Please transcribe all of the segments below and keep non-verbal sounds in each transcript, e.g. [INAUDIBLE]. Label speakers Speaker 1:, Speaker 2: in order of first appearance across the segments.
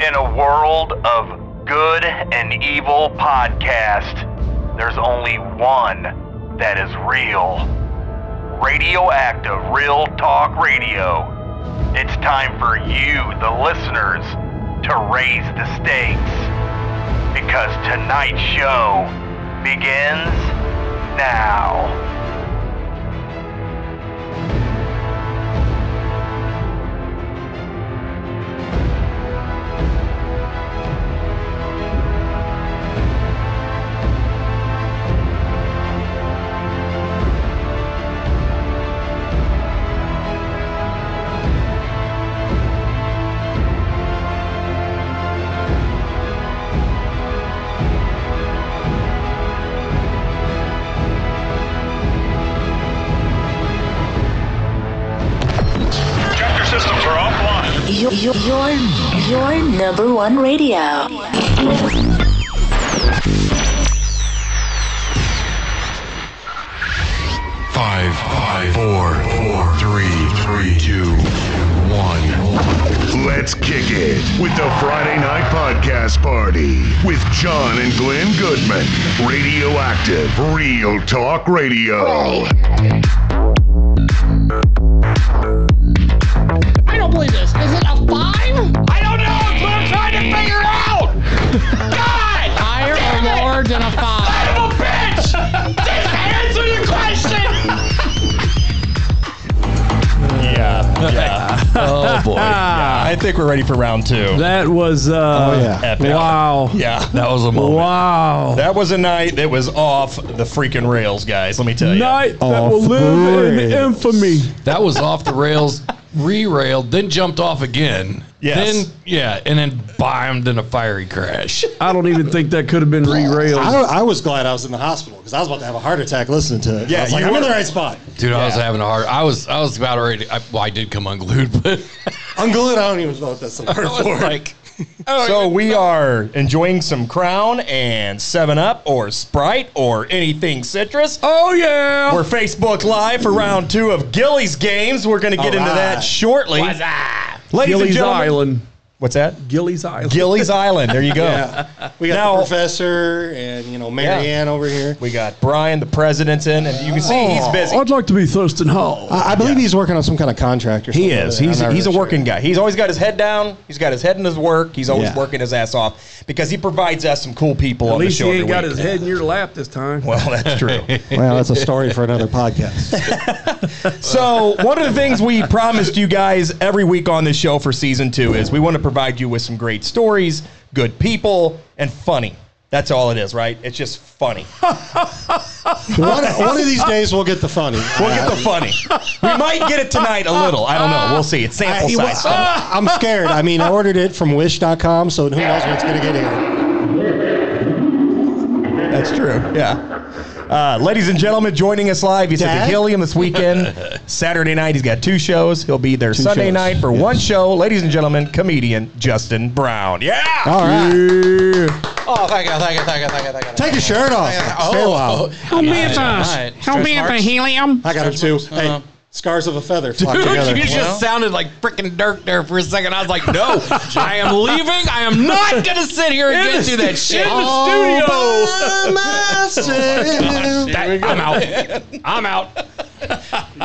Speaker 1: In a world of good and evil podcast, there's only one that is real. Radioactive Real Talk Radio. It's time for you, the listeners, to raise the stakes. Because tonight's show begins now.
Speaker 2: Chapter systems are offline.
Speaker 3: Your, your, your, your number one radio.
Speaker 4: Five, five, four, four, three, three, two, one.
Speaker 5: Let's kick it with the Friday Night Podcast Party with John and Glenn Goodman. Radioactive Real Talk Radio.
Speaker 6: I don't believe this. Is it a five?
Speaker 2: I don't know. That's what I'm trying to figure out. God,
Speaker 6: Higher
Speaker 2: Damn it!
Speaker 6: or lower than a five?
Speaker 2: I'm a bitch. Just answer the question.
Speaker 7: Oh
Speaker 8: [LAUGHS]
Speaker 7: boy.
Speaker 9: [LAUGHS] I think we're ready for round two.
Speaker 7: That was uh
Speaker 9: Epic.
Speaker 7: wow.
Speaker 9: Oh, yeah. Oh,
Speaker 7: That was a moment. Wow.
Speaker 9: That was a night that was off the freaking rails, guys. Let me tell you.
Speaker 7: Night
Speaker 9: Oh,
Speaker 7: that will live in infamy.
Speaker 8: That was off the rails, re-railed, then jumped off again.
Speaker 9: Yes.
Speaker 8: Then yeah, and then bombed in a fiery crash.
Speaker 7: I don't even think that could have been
Speaker 10: I,
Speaker 7: re-railed.
Speaker 10: don't, I was glad I was in the hospital because I was about to have a heart attack listening to it.
Speaker 9: Yeah,
Speaker 10: I was like,
Speaker 9: you
Speaker 10: I'm in
Speaker 9: were-
Speaker 10: the right spot.
Speaker 8: Dude, I was
Speaker 9: Yeah.
Speaker 8: having a hard. I was I was about ready. I, well, I did come unglued, [LAUGHS] but
Speaker 10: Unglued, I don't even know if that's the word
Speaker 8: [LAUGHS] I was
Speaker 10: for it.
Speaker 8: like, oh,
Speaker 9: [LAUGHS] So we are enjoying some Crown and Seven Up or Sprite or anything citrus.
Speaker 7: oh yeah.
Speaker 9: We're Facebook Live for round two of Gillies games. We're going to get
Speaker 10: All
Speaker 9: into that
Speaker 10: right.
Speaker 9: shortly. Ladies and
Speaker 7: Gillies
Speaker 9: gentlemen,
Speaker 7: Island.
Speaker 9: What's that?
Speaker 7: Gillies Island.
Speaker 9: Gillies Island. There you go.
Speaker 10: Yeah. We got
Speaker 9: Now-
Speaker 10: the professor and, you know, Marianne
Speaker 9: Yeah.
Speaker 10: over here.
Speaker 9: We got Brian, the president, in, and you can see he's busy.
Speaker 7: I'd like to be Thurston Hall.
Speaker 10: I, I believe he's working on some kind of contract or something.
Speaker 9: He is.
Speaker 10: I'm
Speaker 9: He's
Speaker 10: not
Speaker 9: he's a
Speaker 10: really
Speaker 9: working guy. He's always got his head down. He's got his head in his work. He's always
Speaker 10: Yeah.
Speaker 9: working his ass off because he provides us some cool people
Speaker 7: At
Speaker 9: on
Speaker 7: least
Speaker 9: the
Speaker 7: he
Speaker 9: show.
Speaker 7: ain't
Speaker 9: every
Speaker 7: got
Speaker 9: week.
Speaker 7: his head in your lap this time.
Speaker 9: [LAUGHS] Well, that's
Speaker 10: [LAUGHS]
Speaker 9: true.
Speaker 10: sure. Well, that's a story for another podcast.
Speaker 9: so, one of the things we promised you guys every week on this show for season two is we want to provide you with some great stories, good people, and funny. That's all it is, right? It's just
Speaker 10: [LAUGHS]
Speaker 9: funny.
Speaker 10: [LAUGHS] one, one of these days we'll get the funny.
Speaker 9: We'll get the funny. We might get it tonight a little. I don't know. We'll see. It's sample
Speaker 10: I,
Speaker 9: size. stuff.
Speaker 10: [LAUGHS] am scared. I mean, I ordered it from wish.com, so who knows what's going to get here.
Speaker 9: That's true. Yeah. Uh, ladies and gentlemen, joining us live, he's at the
Speaker 10: Dad?
Speaker 9: Helium this weekend.
Speaker 10: [LAUGHS]
Speaker 9: Saturday night, he's got two shows. He'll be there Sunday
Speaker 10: shows,
Speaker 9: night for
Speaker 10: yes.
Speaker 9: one show. Ladies and gentlemen, comedian Justin Brown. Yeah.
Speaker 10: All right.
Speaker 7: Yeah.
Speaker 8: oh, thank you, thank you, thank you, thank you, thank you. Oh,
Speaker 10: Take your shirt off. Stay a while.
Speaker 6: How many of us?
Speaker 8: Alright.
Speaker 6: How many of the
Speaker 8: Stretch
Speaker 6: helium?
Speaker 10: I got him too. Hey, scars of a feather flock together.
Speaker 8: uh-huh. Dude, you just sounded like freaking Dirk there for a second. I was like, no, I am leaving. I am not gonna sit here and get through that shit. Oh, I'm out. I'm out.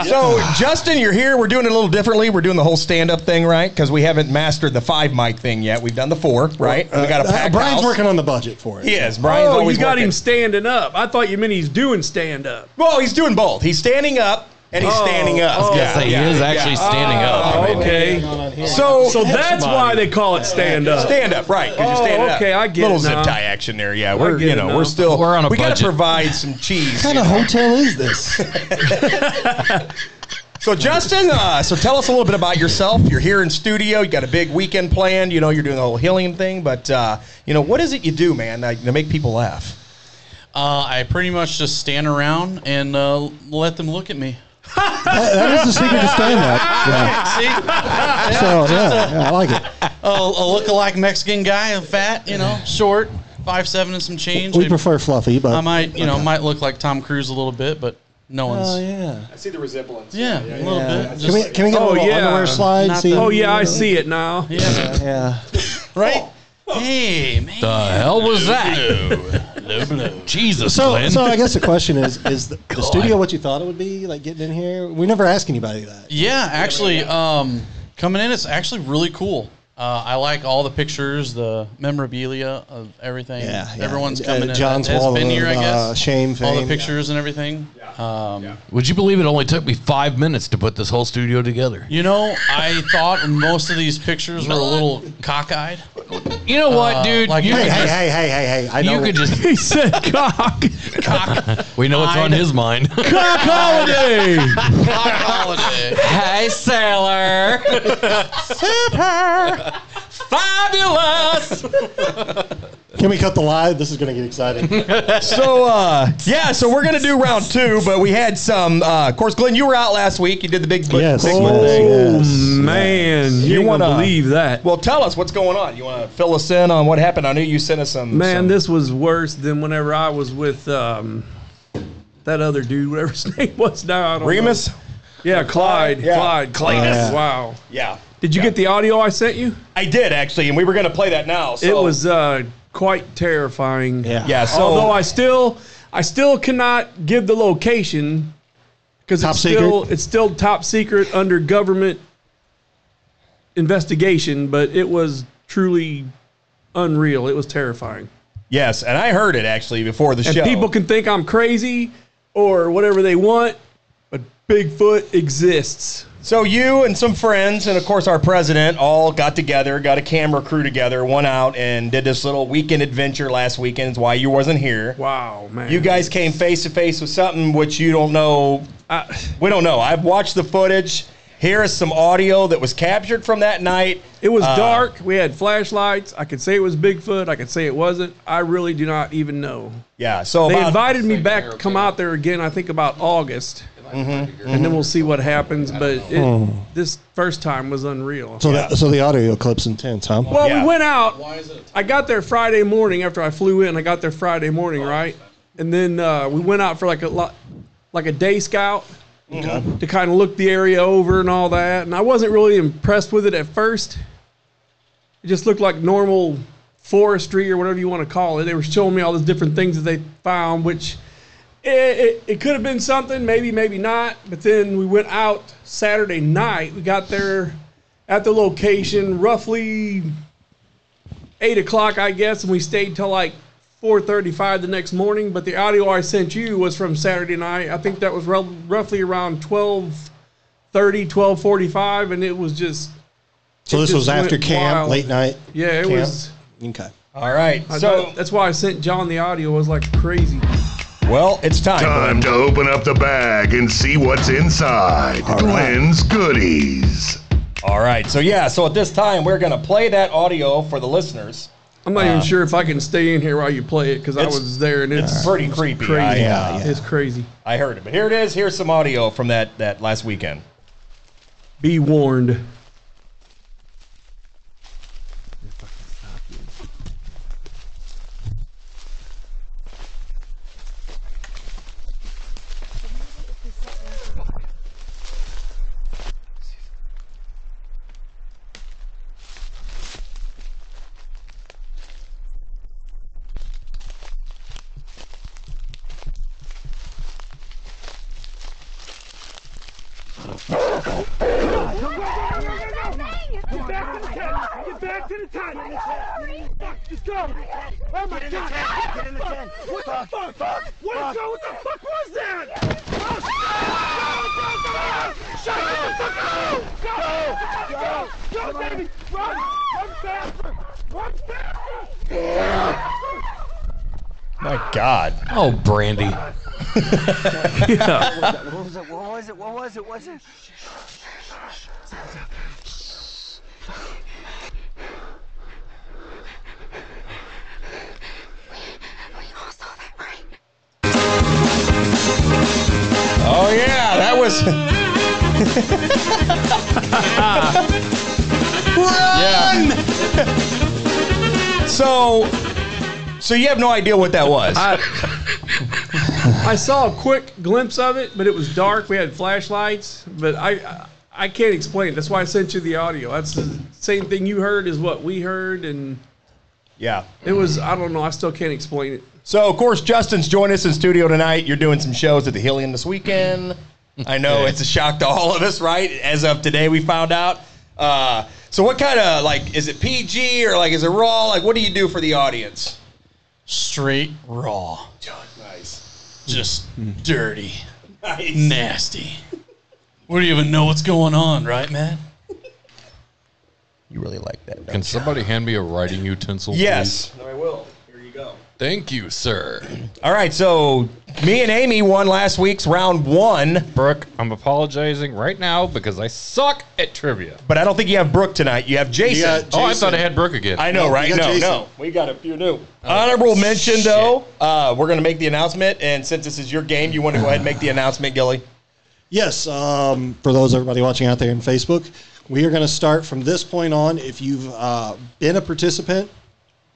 Speaker 9: So, Justin, you're here. We're doing it a little differently. We're doing the whole stand up thing, right? Because we haven't mastered the five mic thing yet. We've done the four, right? we got a
Speaker 10: Uh,
Speaker 9: packed
Speaker 10: Brian's
Speaker 9: house.
Speaker 10: working on the budget for it.
Speaker 9: He is. Brian's
Speaker 7: Oh,
Speaker 9: always
Speaker 7: you got
Speaker 9: working.
Speaker 7: him standing up. I thought you meant he's doing stand up.
Speaker 9: Well, he's doing both. He's standing up and he's
Speaker 7: Oh,
Speaker 9: standing up.
Speaker 7: oh.
Speaker 8: Yes, he is actually
Speaker 9: Oh,
Speaker 8: standing up. I mean,
Speaker 7: Okay.
Speaker 9: So,
Speaker 7: So that's why they call it stand up.
Speaker 9: Stand up, right? 'cause you're
Speaker 7: Oh,
Speaker 9: standing up.
Speaker 7: okay, I get
Speaker 9: little
Speaker 7: it
Speaker 9: zip
Speaker 7: now.
Speaker 9: tie action there. Yeah, we're
Speaker 7: get
Speaker 9: you
Speaker 7: it
Speaker 9: know
Speaker 7: now.
Speaker 9: we're still
Speaker 8: We're on a
Speaker 9: we gotta
Speaker 8: budget.
Speaker 9: provide some
Speaker 8: [LAUGHS]
Speaker 9: cheese.
Speaker 10: What kind of hotel is this?
Speaker 9: So Justin, uh, so tell us a little bit about yourself. You're here in studio. You got a big weekend planned. You know you're doing the whole helium thing, but uh, you know what is it you do, man? Like, to make people laugh.
Speaker 11: Uh, I pretty much just stand around and uh, let them look at me.
Speaker 10: that, that is the secret to stand up.
Speaker 11: See,
Speaker 10: Yeah.
Speaker 11: a,
Speaker 10: So, yeah, yeah, I like it.
Speaker 11: a look-alike Mexican guy, fat, you know, short, five seven and some change.
Speaker 10: We
Speaker 11: I,
Speaker 10: prefer fluffy, but
Speaker 11: I might, you know, might look like Tom Cruise a little bit, but no one's.
Speaker 10: Oh,
Speaker 11: yeah.
Speaker 10: yeah.
Speaker 9: I see the resemblance.
Speaker 11: Oh, a little
Speaker 10: Yeah.
Speaker 11: bit.
Speaker 10: Can we,
Speaker 11: Just-
Speaker 10: can we get
Speaker 7: Oh,
Speaker 10: a little
Speaker 7: yeah.
Speaker 10: underwear slide?
Speaker 11: Not
Speaker 10: See?
Speaker 11: the-
Speaker 7: Oh yeah, I see it now.
Speaker 11: yeah.
Speaker 10: Yeah.
Speaker 11: right? Hey, man.
Speaker 8: The hell was that? Jesus,
Speaker 10: So,
Speaker 8: Glenn.
Speaker 10: so I guess the question is: Is the, the studio what you thought it would be? Like getting in here? We never ask anybody that.
Speaker 11: Yeah,
Speaker 9: [LAUGHS]
Speaker 11: actually, um, coming in, it's actually really cool. Uh, I like all the pictures, the memorabilia of everything.
Speaker 10: Yeah, yeah.
Speaker 11: everyone's
Speaker 10: Uh,
Speaker 11: coming in.
Speaker 10: John's
Speaker 11: has
Speaker 10: wall
Speaker 11: been
Speaker 10: of,
Speaker 11: here, I guess.
Speaker 10: uh, shame,
Speaker 11: all
Speaker 10: fame.
Speaker 11: the pictures and everything. Um,
Speaker 8: Would you believe it only took me five minutes to put this whole studio together?
Speaker 11: You know, I thought most of these pictures were a little cockeyed.
Speaker 8: You know what,
Speaker 11: Uh,
Speaker 8: dude?
Speaker 11: like-
Speaker 8: you
Speaker 11: Hey,
Speaker 8: could
Speaker 11: hey,
Speaker 8: just-
Speaker 11: hey, hey, hey, hey, I know
Speaker 8: you could
Speaker 11: what-
Speaker 8: just.
Speaker 11: [LAUGHS] He
Speaker 8: said cock. cock. We know what's on his
Speaker 11: [LAUGHS]
Speaker 8: mind.
Speaker 2: Cock holiday.
Speaker 8: Hey, sailor.
Speaker 2: Super. Fabulous.
Speaker 10: Can we cut the live? This is going to get exciting.
Speaker 9: so uh, yeah, so we're gonna do round two, but we had some. Uh, of course, Glenn, you were out last week. You did the big, big,
Speaker 10: Yes,
Speaker 9: big
Speaker 10: yes,
Speaker 9: thing.
Speaker 10: yes,
Speaker 7: Oh, man,
Speaker 9: yes.
Speaker 7: you
Speaker 9: wanna-
Speaker 7: wouldn't believe that.
Speaker 9: Well, tell us what's going on. You want to fill us in on what happened? I knew you sent us some.
Speaker 7: Man,
Speaker 9: some-
Speaker 7: this was worse than whenever I was with um, that other dude, whatever his [LAUGHS] name was. Now I don't
Speaker 9: Remus?
Speaker 7: Know. Yeah, Clyde.
Speaker 9: Yeah.
Speaker 7: Clyde. Clyde.
Speaker 9: Yeah.
Speaker 7: Wow.
Speaker 9: yeah,
Speaker 7: Did you get the audio I sent you?
Speaker 9: I did actually, and we were gonna play that now. So.
Speaker 7: It was uh, quite terrifying.
Speaker 9: Yeah, Oh. so-
Speaker 7: although I still, I still cannot give the location because
Speaker 10: Top
Speaker 7: it's still it's still top secret under government investigation. But it was truly unreal. It was terrifying.
Speaker 9: yes, and I heard it actually before the
Speaker 7: and
Speaker 9: show.
Speaker 7: people can think I'm crazy or whatever they want, but Bigfoot exists.
Speaker 9: So you and some friends, and of course our president, all got together, got a camera crew together, went out and did this little weekend adventure last weekend. It's why you wasn't here.
Speaker 7: Wow, man!
Speaker 9: You guys came face to face with something which you don't know. we don't know. I've watched the footage. Here is some audio that was captured from that night.
Speaker 7: It was
Speaker 9: Uh,
Speaker 7: dark. We had flashlights. I could say it was Bigfoot. I could say it wasn't. I really do not even know.
Speaker 9: Yeah. So
Speaker 7: they
Speaker 9: about-
Speaker 7: invited me back to come out there again. I think about August,
Speaker 9: Mm-hmm.
Speaker 7: and then we'll see what happens. But it,
Speaker 10: Hmm.
Speaker 7: this first time was unreal.
Speaker 10: So that so the audio clip's intense, huh?
Speaker 7: Well, we went out. I got there Friday morning after I flew in. I got there Friday morning, right? And then uh, we went out for like a lot, like a day scout to kind of look the area over and all that. And I wasn't really impressed with it at first. It just looked like normal forestry or whatever you want to call it. They were showing me all these different things that they found, which it, it, it could have been something, maybe, maybe not. But then we went out Saturday night. We got there at the location roughly eight o'clock, I guess, and we stayed till like four thirty-five the next morning. But the audio I sent you was from Saturday night. I think that was rel- roughly around 12:30, 12:45, and it was just.
Speaker 10: So
Speaker 7: it
Speaker 10: this
Speaker 7: just
Speaker 10: was after
Speaker 7: went
Speaker 10: camp,
Speaker 7: wild.
Speaker 10: late night.
Speaker 7: Yeah, it
Speaker 10: camp.
Speaker 7: was.
Speaker 10: Okay.
Speaker 9: All right,
Speaker 7: I
Speaker 9: so-
Speaker 7: thought- that's why I sent John the audio. It was like crazy.
Speaker 9: Well, it's time.
Speaker 5: Time to open up the bag and see what's inside. Glenn's goodies.
Speaker 9: All right. So yeah. So at this time, we're gonna play that audio for the listeners.
Speaker 7: I'm not
Speaker 9: Uh,
Speaker 7: even sure if I can stay in here while you play it because I
Speaker 9: it's-
Speaker 7: was there and it's
Speaker 9: pretty
Speaker 7: it's
Speaker 9: creepy.
Speaker 7: Crazy.
Speaker 9: I, uh,
Speaker 7: It's crazy.
Speaker 9: I heard it, but here it is. Here's some audio from that that last weekend.
Speaker 7: Be warned.
Speaker 2: Get back to the tent! Get back to the tent! Fuck, just go! Oh my god! Get in the tent! What the fuck? Fuck! What the What the fuck was that? Oh, shit. Go, go, go, go! Shut the fuck up! Go! Go! Go, baby! Run! Run faster! Run faster!
Speaker 9: My God.
Speaker 8: Oh, Brandy.
Speaker 2: What was it? What was it? What was it? What was it?
Speaker 9: Oh yeah, that was. [LAUGHS] Yeah. So, so you have no idea what that was.
Speaker 7: I saw a quick glimpse of it, but it was dark. We had flashlights, but I, I I can't explain. it. That's why I sent you the audio. That's the same thing you heard is what we heard, and
Speaker 9: Yeah.
Speaker 7: it was I don't know. I still can't explain it.
Speaker 9: So, of course, Justin's joining us in studio tonight. You're doing some shows at the Hillian this weekend. I know it's a shock to all of us, right? As of today, we found out. Uh, so, what kind of like is it PG or like is it raw? Like, what do you do for the audience?
Speaker 2: Straight raw.
Speaker 9: Nice.
Speaker 2: Just
Speaker 7: Hmm.
Speaker 2: dirty. Nasty. We don't even know what's going on, right, man?
Speaker 9: You really like that.
Speaker 11: Can somebody hand me a writing utensil?
Speaker 9: Yes.
Speaker 11: please? I will. Here you go. Thank you, sir.
Speaker 9: All right. So, me and Amy won last week's round one.
Speaker 11: Brooke, I'm apologizing right now because I suck at trivia.
Speaker 9: But I don't think you have Brooke tonight. You have Jason.
Speaker 11: Oh, I thought I had Brooke again.
Speaker 9: I know, right? No, no. We got a few new. Honorable mention, though. Uh, we're going to make the announcement. And since this is your game, you want to go ahead and make the announcement, Gilly?
Speaker 10: Yes, um, for those everybody watching out there in Facebook, we are going to start from this point on. If you've uh, been a participant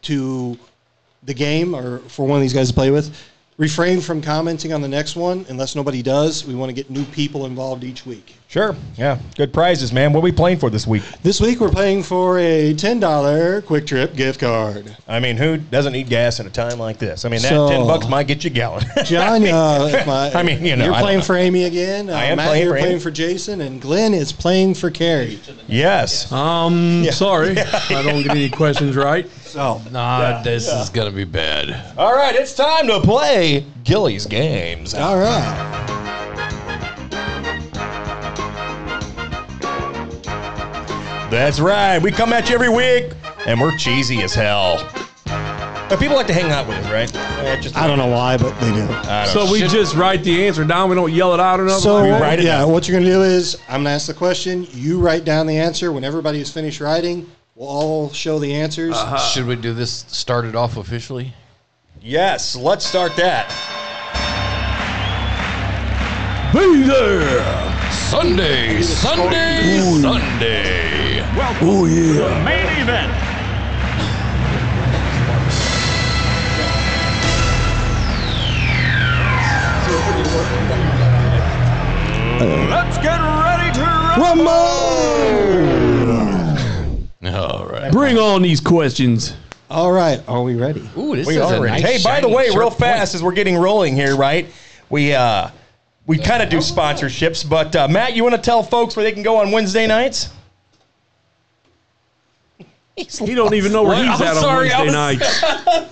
Speaker 10: to the game or for one of these guys to play with, refrain from commenting on the next one unless nobody does. We want to get new people involved each week.
Speaker 9: Sure. Yeah. Good prizes, man. What are we playing for this week?
Speaker 10: This week we're playing for a ten dollar Quick Trip gift card.
Speaker 9: I mean, who doesn't need gas at a time like this? I mean, that
Speaker 10: So-
Speaker 9: 10 bucks might get you a gallon.
Speaker 10: [LAUGHS]
Speaker 9: [LAUGHS]
Speaker 10: John, uh, if my-
Speaker 9: I mean, you know,
Speaker 10: you're
Speaker 9: I don't
Speaker 10: playing
Speaker 9: know.
Speaker 10: for Amy again. uh,
Speaker 9: I am
Speaker 10: Matt,
Speaker 9: playing
Speaker 10: you're
Speaker 9: for Amy.
Speaker 10: playing for Jason, and Glenn is playing for Carrie.
Speaker 9: Yes.
Speaker 7: Um, sorry. I don't get any questions right.
Speaker 10: So,
Speaker 11: nah, Ah, this is going to be bad.
Speaker 9: All right. It's time to play Gilly's games.
Speaker 10: All right.
Speaker 9: That's right. We come at you every week, and we're cheesy as hell. But people like to hang out with us, right? Yeah, just
Speaker 10: I don't know why, but they do.
Speaker 9: Oh,
Speaker 7: So we just write the answer down. We don't yell it out or nothing.
Speaker 10: So uh,
Speaker 7: like that?
Speaker 10: yeah, what you're gonna do is I'm gonna ask the question. You write down the answer. When everybody is finished writing, we'll all show the answers.
Speaker 11: Should we do this started off officially?
Speaker 9: Yes, let's start that.
Speaker 11: Be there! Sunday, Sunday, Sunday.
Speaker 12: Welcome
Speaker 11: Oh, yeah.
Speaker 12: to the main event. Let's get ready to
Speaker 10: rumble.
Speaker 11: All right.
Speaker 7: Bring on these questions.
Speaker 10: All right, are we ready?
Speaker 11: Ooh,
Speaker 9: we are ready. hey, by the way, real fast as we're getting rolling here, right? We uh, we kind of do sponsorships, but uh, Matt, you want to tell folks where they can go on Wednesday nights?
Speaker 7: He don't even know where
Speaker 11: What?
Speaker 7: he's
Speaker 11: I'm
Speaker 7: at
Speaker 11: sorry, I
Speaker 7: on Wednesday
Speaker 11: was-
Speaker 7: nights.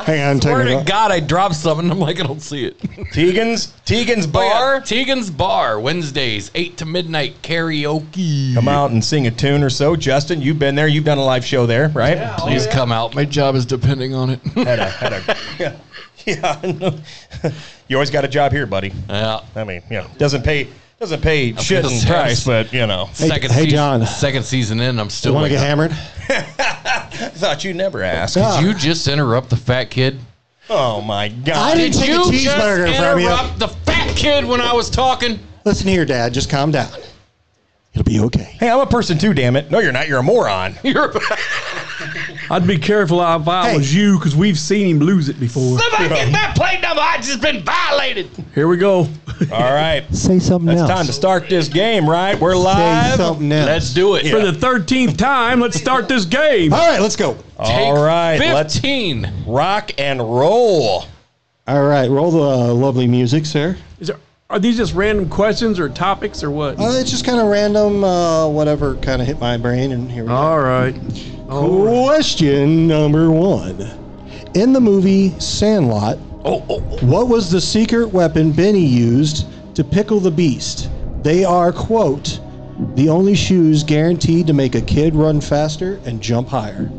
Speaker 10: Hang on,
Speaker 11: Swear to God, I dropped something. I'm like, I don't see it.
Speaker 9: Tegan's Tegan's
Speaker 11: Bar. Tegan's Bar Wednesdays, eight to midnight karaoke.
Speaker 9: Come out and sing a tune or so. Justin, you've been there. You've done a live show there, right?
Speaker 11: Please come out. My job is depending on it.
Speaker 9: had a, had a, [LAUGHS] yeah, yeah. I know. [LAUGHS] you always got a job here, buddy.
Speaker 11: Yeah.
Speaker 9: I mean, yeah, doesn't pay doesn't pay shit in
Speaker 11: pissed.
Speaker 9: price, but you know. [LAUGHS]
Speaker 11: Hey- Second hey, season- John. second season in, I'm still.
Speaker 10: You want to
Speaker 11: waking
Speaker 10: get
Speaker 11: up.
Speaker 10: hammered?
Speaker 9: I thought you never
Speaker 10: [LAUGHS]
Speaker 9: asked.
Speaker 11: Did you just interrupt the fat kid?
Speaker 9: Oh my god!
Speaker 10: I didn't
Speaker 11: Did
Speaker 10: take a
Speaker 11: you just
Speaker 10: cheeseburger from you.
Speaker 11: interrupt the fat kid when I was talking?
Speaker 10: Listen here, Dad. Just calm down. It'll be okay.
Speaker 9: Hey, I'm a person too. Damn it! No, you're not. You're a moron.
Speaker 11: You're
Speaker 7: I'd be careful if I was you because we've seen him lose it before.
Speaker 11: that plate number. I just been violated.
Speaker 7: Here we go.
Speaker 9: All right.
Speaker 10: Say something
Speaker 9: It's
Speaker 10: else.
Speaker 9: time to start this game, right? We're live.
Speaker 10: something else.
Speaker 11: Let's do it.
Speaker 7: For the 13th time, let's start this game.
Speaker 10: All right, let's go.
Speaker 9: All right, let's
Speaker 11: 15.
Speaker 9: rock and roll.
Speaker 10: All right, roll the uh, lovely music, sir.
Speaker 7: Is there, are these just random questions or topics or what?
Speaker 10: Uh, it's just kind of random, uh, whatever kind of hit my brain, and here we go.
Speaker 7: All right.
Speaker 10: Question number one. In the movie Sandlot, what was the secret weapon Benny used to pickle the beast? They are, quote, the only shoes guaranteed to make a kid run faster and jump higher.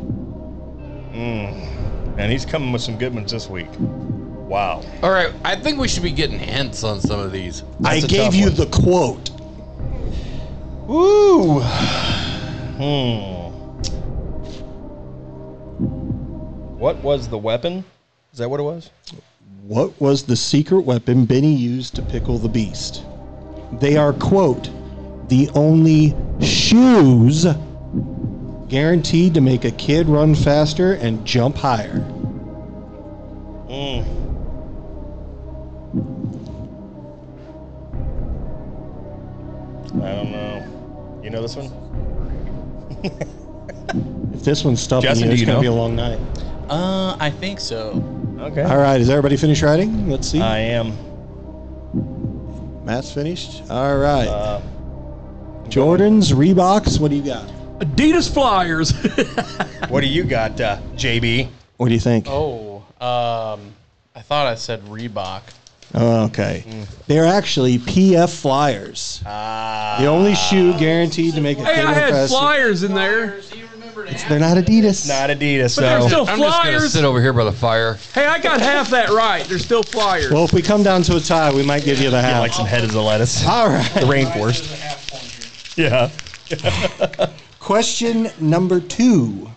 Speaker 9: And he's coming with some good ones this week. Wow.
Speaker 11: All right, I think we should be getting hints on some of these.
Speaker 10: I
Speaker 11: That's a
Speaker 10: gave
Speaker 11: tough
Speaker 10: you
Speaker 11: one.
Speaker 10: the quote.
Speaker 9: Woo. Hmm. What was the weapon? Is that what it was?
Speaker 10: What was the secret weapon Benny used to pickle the beast? They are, quote, the only shoes guaranteed to make a kid run faster and jump higher.
Speaker 9: I don't know. You know this one?
Speaker 10: If this one's stuffing
Speaker 9: Justin, do
Speaker 10: you, it's
Speaker 9: you
Speaker 10: going
Speaker 9: know?
Speaker 10: to be a long night.
Speaker 11: Uh, I think so.
Speaker 9: Okay.
Speaker 10: All right, is everybody finished writing? Let's see. I
Speaker 9: am.
Speaker 10: Matt's finished. All right.
Speaker 11: Uh,
Speaker 10: Jordan's Reeboks. What do you got?
Speaker 7: Adidas Flyers. [LAUGHS]
Speaker 9: what do you got, uh, JB?
Speaker 10: What do you think?
Speaker 11: Oh, um, I thought I said Reebok.
Speaker 10: Oh, Okay.
Speaker 11: Hmm.
Speaker 10: They're actually PF Flyers.
Speaker 11: Ah.
Speaker 10: the only shoe guaranteed to make a
Speaker 7: Hey,
Speaker 10: King
Speaker 7: I
Speaker 10: of
Speaker 7: had
Speaker 10: Fest.
Speaker 7: flyers in there.
Speaker 10: They're not Adidas.
Speaker 9: Not Adidas.
Speaker 7: But they're so- still
Speaker 13: I'm just gonna
Speaker 7: flyers.
Speaker 13: sit over here by the fire.
Speaker 7: Hey, I got half that right. They're still flyers.
Speaker 10: Well, if we come down to a tie, we might give you the half.
Speaker 9: like some head of the lettuce.
Speaker 10: All right.
Speaker 9: The rainforest. Yeah.
Speaker 10: Question number two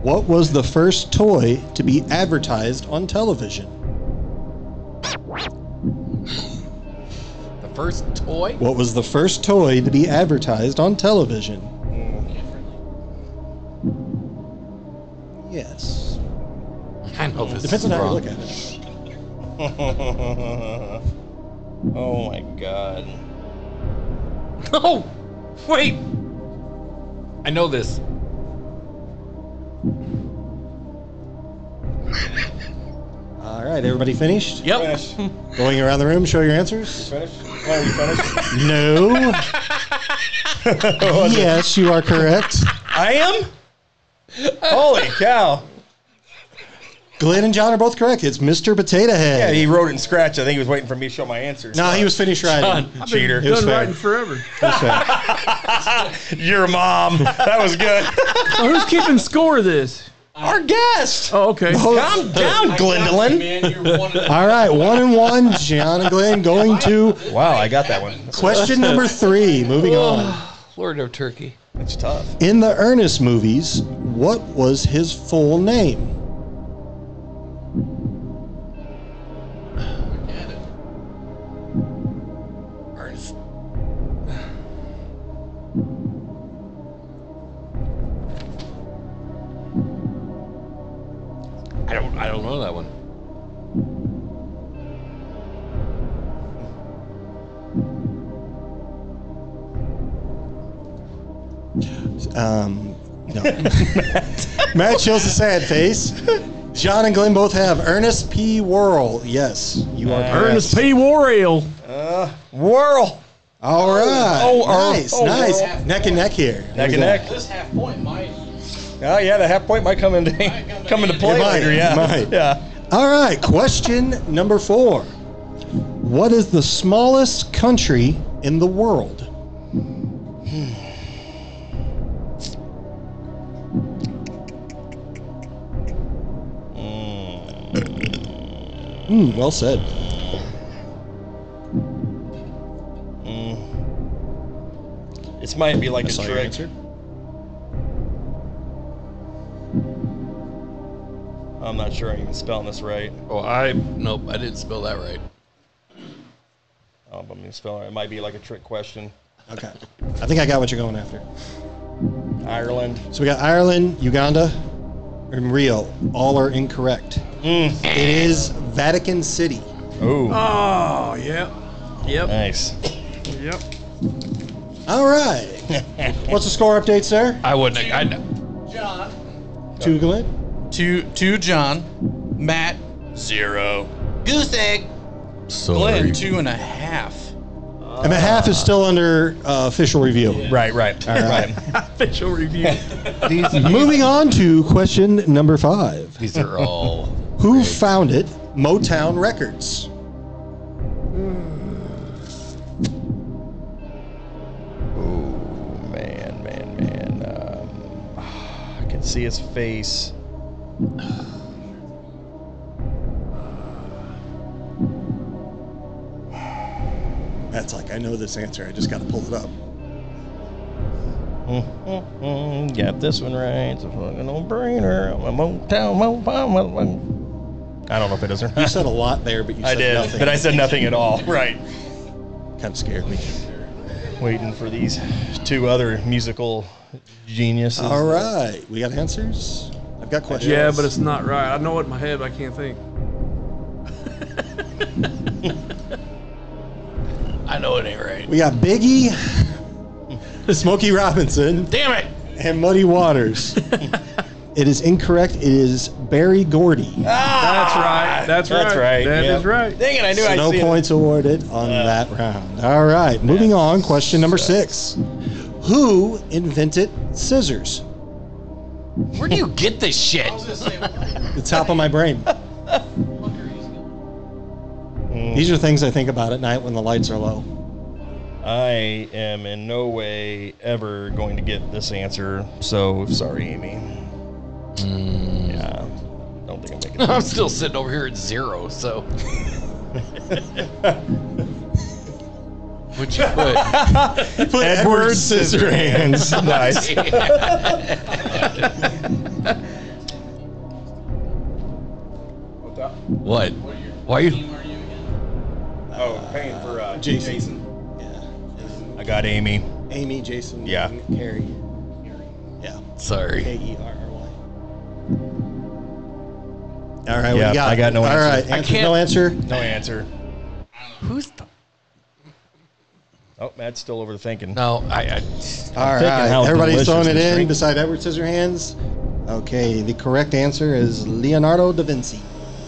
Speaker 10: What was the first toy to be advertised on television?
Speaker 13: The first toy?
Speaker 10: What was the first toy to be advertised on television? Yes.
Speaker 13: I know this
Speaker 10: Depends
Speaker 13: is
Speaker 10: on how you
Speaker 13: wrong.
Speaker 10: look at it.
Speaker 9: [LAUGHS] oh my god.
Speaker 13: No! Wait! I know this.
Speaker 10: All right, everybody finished?
Speaker 11: Yep.
Speaker 10: Going around the room, show
Speaker 9: [LAUGHS]
Speaker 10: your answers.
Speaker 9: Finished? Are we finished?
Speaker 10: No. yes, you are correct.
Speaker 9: [LAUGHS] I am? Holy cow.
Speaker 10: Glenn and John are both correct. It's Mr. Potato
Speaker 9: Yeah,
Speaker 10: Head.
Speaker 9: he wrote it in scratch. I think he was waiting for me to show my answers.
Speaker 10: No, he was finished writing.
Speaker 9: John, cheater.
Speaker 10: It was
Speaker 7: Done
Speaker 10: fair.
Speaker 7: writing forever.
Speaker 9: [LAUGHS] Your [LAUGHS] mom. That was good.
Speaker 7: So who's keeping score of this?
Speaker 9: Our guest.
Speaker 7: Oh, okay.
Speaker 9: [LAUGHS] Calm down, Glendolyn.
Speaker 10: All right, one and one, John and Glenn going to
Speaker 9: Wow, I got that one.
Speaker 10: question number three. Moving on.
Speaker 13: Lord of Turkey.
Speaker 9: It's tough.
Speaker 10: In the Ernest movies, what was his full name?
Speaker 13: Ernest. I don't. I don't know that one.
Speaker 10: Um,
Speaker 9: [LAUGHS]
Speaker 10: no. Matt shows a sad face. John and Glenn both have Ernest P. Worrell. Yes, you are correct.
Speaker 7: Ernest P. Warriel.
Speaker 9: Uh, Whirl.
Speaker 10: All right.
Speaker 9: Oh, oh,
Speaker 10: nice,
Speaker 9: oh,
Speaker 10: nice.
Speaker 9: oh.
Speaker 10: Neck and neck here.
Speaker 9: Neck
Speaker 10: There
Speaker 9: and
Speaker 10: we go.
Speaker 9: neck.
Speaker 11: This half point might.
Speaker 9: Oh yeah, the half point might come [LAUGHS] into come into play
Speaker 10: It might,
Speaker 9: later.
Speaker 10: it
Speaker 9: Yeah,
Speaker 10: might.
Speaker 9: [LAUGHS] yeah.
Speaker 10: All right. Question number four. What is the smallest country in the world? Hmm. Hmm, well said.
Speaker 9: This might be like
Speaker 10: I
Speaker 9: a
Speaker 10: saw your
Speaker 9: trick.
Speaker 10: answer.
Speaker 9: I'm not sure I'm even spelling this right.
Speaker 13: Oh, I nope. I didn't spell that right.
Speaker 9: Oh, I'm gonna spell it. It might be like a trick question.
Speaker 10: Okay. I think I got what you're going after.
Speaker 9: Ireland.
Speaker 10: So we got Ireland, Uganda, and Rio. All are incorrect.
Speaker 9: Hmm.
Speaker 10: It is Vatican City.
Speaker 9: Ooh.
Speaker 7: Oh, yep. Yep.
Speaker 9: Nice.
Speaker 7: Yep.
Speaker 10: All right.
Speaker 13: [LAUGHS]
Speaker 10: What's the score update, sir?
Speaker 13: I wouldn't. I,
Speaker 11: John.
Speaker 10: Two Glenn.
Speaker 11: Two, two John. Matt, zero. Goose egg. Glenn, two and a half.
Speaker 10: And the half is still under uh, official review.
Speaker 11: [LAUGHS]
Speaker 9: Right, right,
Speaker 10: All right.
Speaker 7: Official [LAUGHS] review.
Speaker 13: these,
Speaker 10: Moving on to question number five.
Speaker 13: these are all.
Speaker 10: Who founded Motown Records?
Speaker 9: Ooh, man, man, man. Um, [SIGHS] I can see his face.
Speaker 10: That's like, I know this answer. I just got to pull it up.
Speaker 9: Mm-mm-mm, Mm-hmm. Got this one right. It's a fucking no-brainer. I'm a Motown, Motown, Motown. I don't know if it is or
Speaker 10: You
Speaker 9: not.
Speaker 10: said a lot there, but you said
Speaker 9: I did,
Speaker 10: nothing.
Speaker 9: but I said nothing at all. Right.
Speaker 10: kind of scared me.
Speaker 9: Waiting for these two other musical geniuses.
Speaker 10: All right. We got answers? I've got questions.
Speaker 7: Yeah, but it's not right. I know it in my head, but I can't think.
Speaker 13: I know it ain't right.
Speaker 10: We got Biggie, [LAUGHS] Smokey Robinson.
Speaker 8: Damn it!
Speaker 10: And Muddy Waters. it is incorrect. It is Barry Gordy.
Speaker 7: That's right. Ah, That's right.
Speaker 10: That's right,
Speaker 7: That is
Speaker 10: yep.
Speaker 7: right.
Speaker 9: Dang it! Uh. I
Speaker 10: So no points awarded on that round. All right, moving on. Question number six: Who invented scissors?
Speaker 8: Where do you get this shit?
Speaker 10: The top of
Speaker 9: [LAUGHS]
Speaker 10: my brain.
Speaker 9: Mm,
Speaker 10: These are things I think about at night when the lights are low.
Speaker 9: I am in no way ever going to get this answer, so sorry, Amy.
Speaker 10: Mm.
Speaker 9: Yeah, don't think I'm
Speaker 10: [LAUGHS]
Speaker 9: making. it.
Speaker 13: I'm still sitting over here at zero, so.
Speaker 8: Would you put?
Speaker 9: Put Edward Scissorhands. Nice.
Speaker 13: [LAUGHS]
Speaker 10: [LAUGHS]
Speaker 13: what? Why are you?
Speaker 9: Oh, paying for uh,
Speaker 10: Jason.
Speaker 9: I got Amy.
Speaker 10: Amy, Jason,
Speaker 9: Yeah.
Speaker 10: and Carrie. Yeah.
Speaker 13: Sorry.
Speaker 10: K E R R Y. All right,
Speaker 9: Yeah,
Speaker 10: we got.
Speaker 9: I got no
Speaker 10: All
Speaker 9: answer.
Speaker 10: right,
Speaker 9: I
Speaker 10: answer,
Speaker 9: can't-
Speaker 10: no answer.
Speaker 9: No answer.
Speaker 13: Who's the?
Speaker 9: Oh, Matt's still overthinking.
Speaker 13: No, I. I
Speaker 10: All right, everybody's throwing it in beside Edward Scissorhands. Okay, the correct answer is Leonardo da Vinci.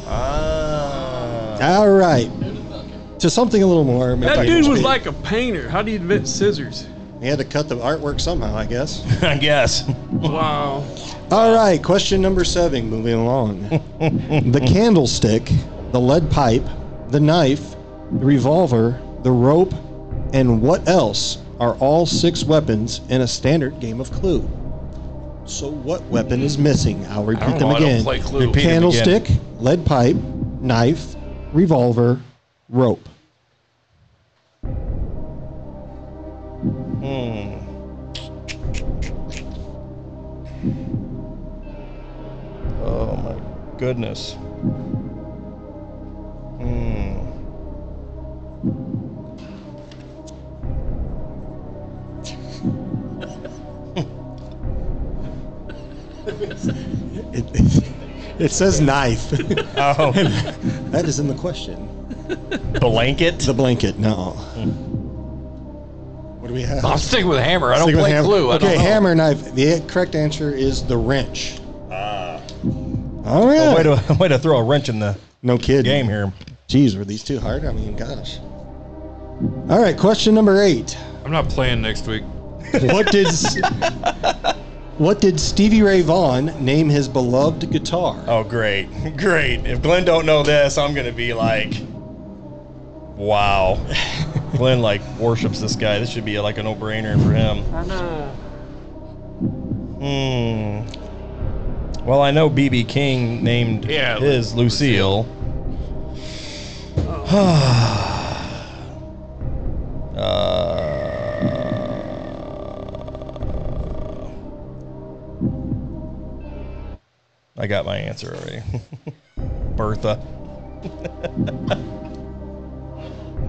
Speaker 9: Ah.
Speaker 10: All right, to something a little more.
Speaker 7: That
Speaker 10: maybe-
Speaker 7: dude was like a painter. How do you invent [LAUGHS] scissors?
Speaker 10: He had to cut the artwork somehow, I guess.
Speaker 9: [LAUGHS] I guess.
Speaker 7: Wow.
Speaker 10: All right, question number seven, moving along.
Speaker 13: [LAUGHS]
Speaker 10: the candlestick, the lead pipe, the knife, the revolver, the rope, and what else are all six weapons in a standard game of Clue? So, what weapon is missing? I'll repeat
Speaker 13: don't
Speaker 10: them
Speaker 13: know, I don't
Speaker 10: again.
Speaker 13: play Clue. Repeat them
Speaker 10: candlestick, lead pipe, knife, revolver, rope.
Speaker 9: Oh my goodness.
Speaker 10: [LAUGHS]
Speaker 9: Hmm.
Speaker 10: It, it, says knife.
Speaker 9: Oh.
Speaker 10: [LAUGHS] that is in the question.
Speaker 9: Blanket?
Speaker 10: The blanket, no. What do we have?
Speaker 13: I'm sticking with hammer. I don't
Speaker 10: Stick with
Speaker 13: play
Speaker 10: hammer.
Speaker 13: Clue. I
Speaker 10: okay,
Speaker 13: don't know.
Speaker 10: hammer knife. The correct answer is the wrench. All right.
Speaker 9: Way to [LAUGHS] way to throw Oh, a wrench in the
Speaker 10: Oh, no kidding.
Speaker 9: game here.
Speaker 10: Jeez, were these too hard? I mean, gosh. All right, question number eight.
Speaker 14: I'm not playing next week.
Speaker 10: What did what did Stevie Ray Vaughan name his beloved guitar?
Speaker 9: Oh, great, great. If Glenn don't know this, I'm gonna be like, wow. Glenn like worships this guy. This should be like a no-brainer for him.
Speaker 7: I know.
Speaker 9: Hmm. Well, I know BB King named
Speaker 13: Yeah,
Speaker 9: his Lucille. Uh, I got my answer already. [LAUGHS] Bertha.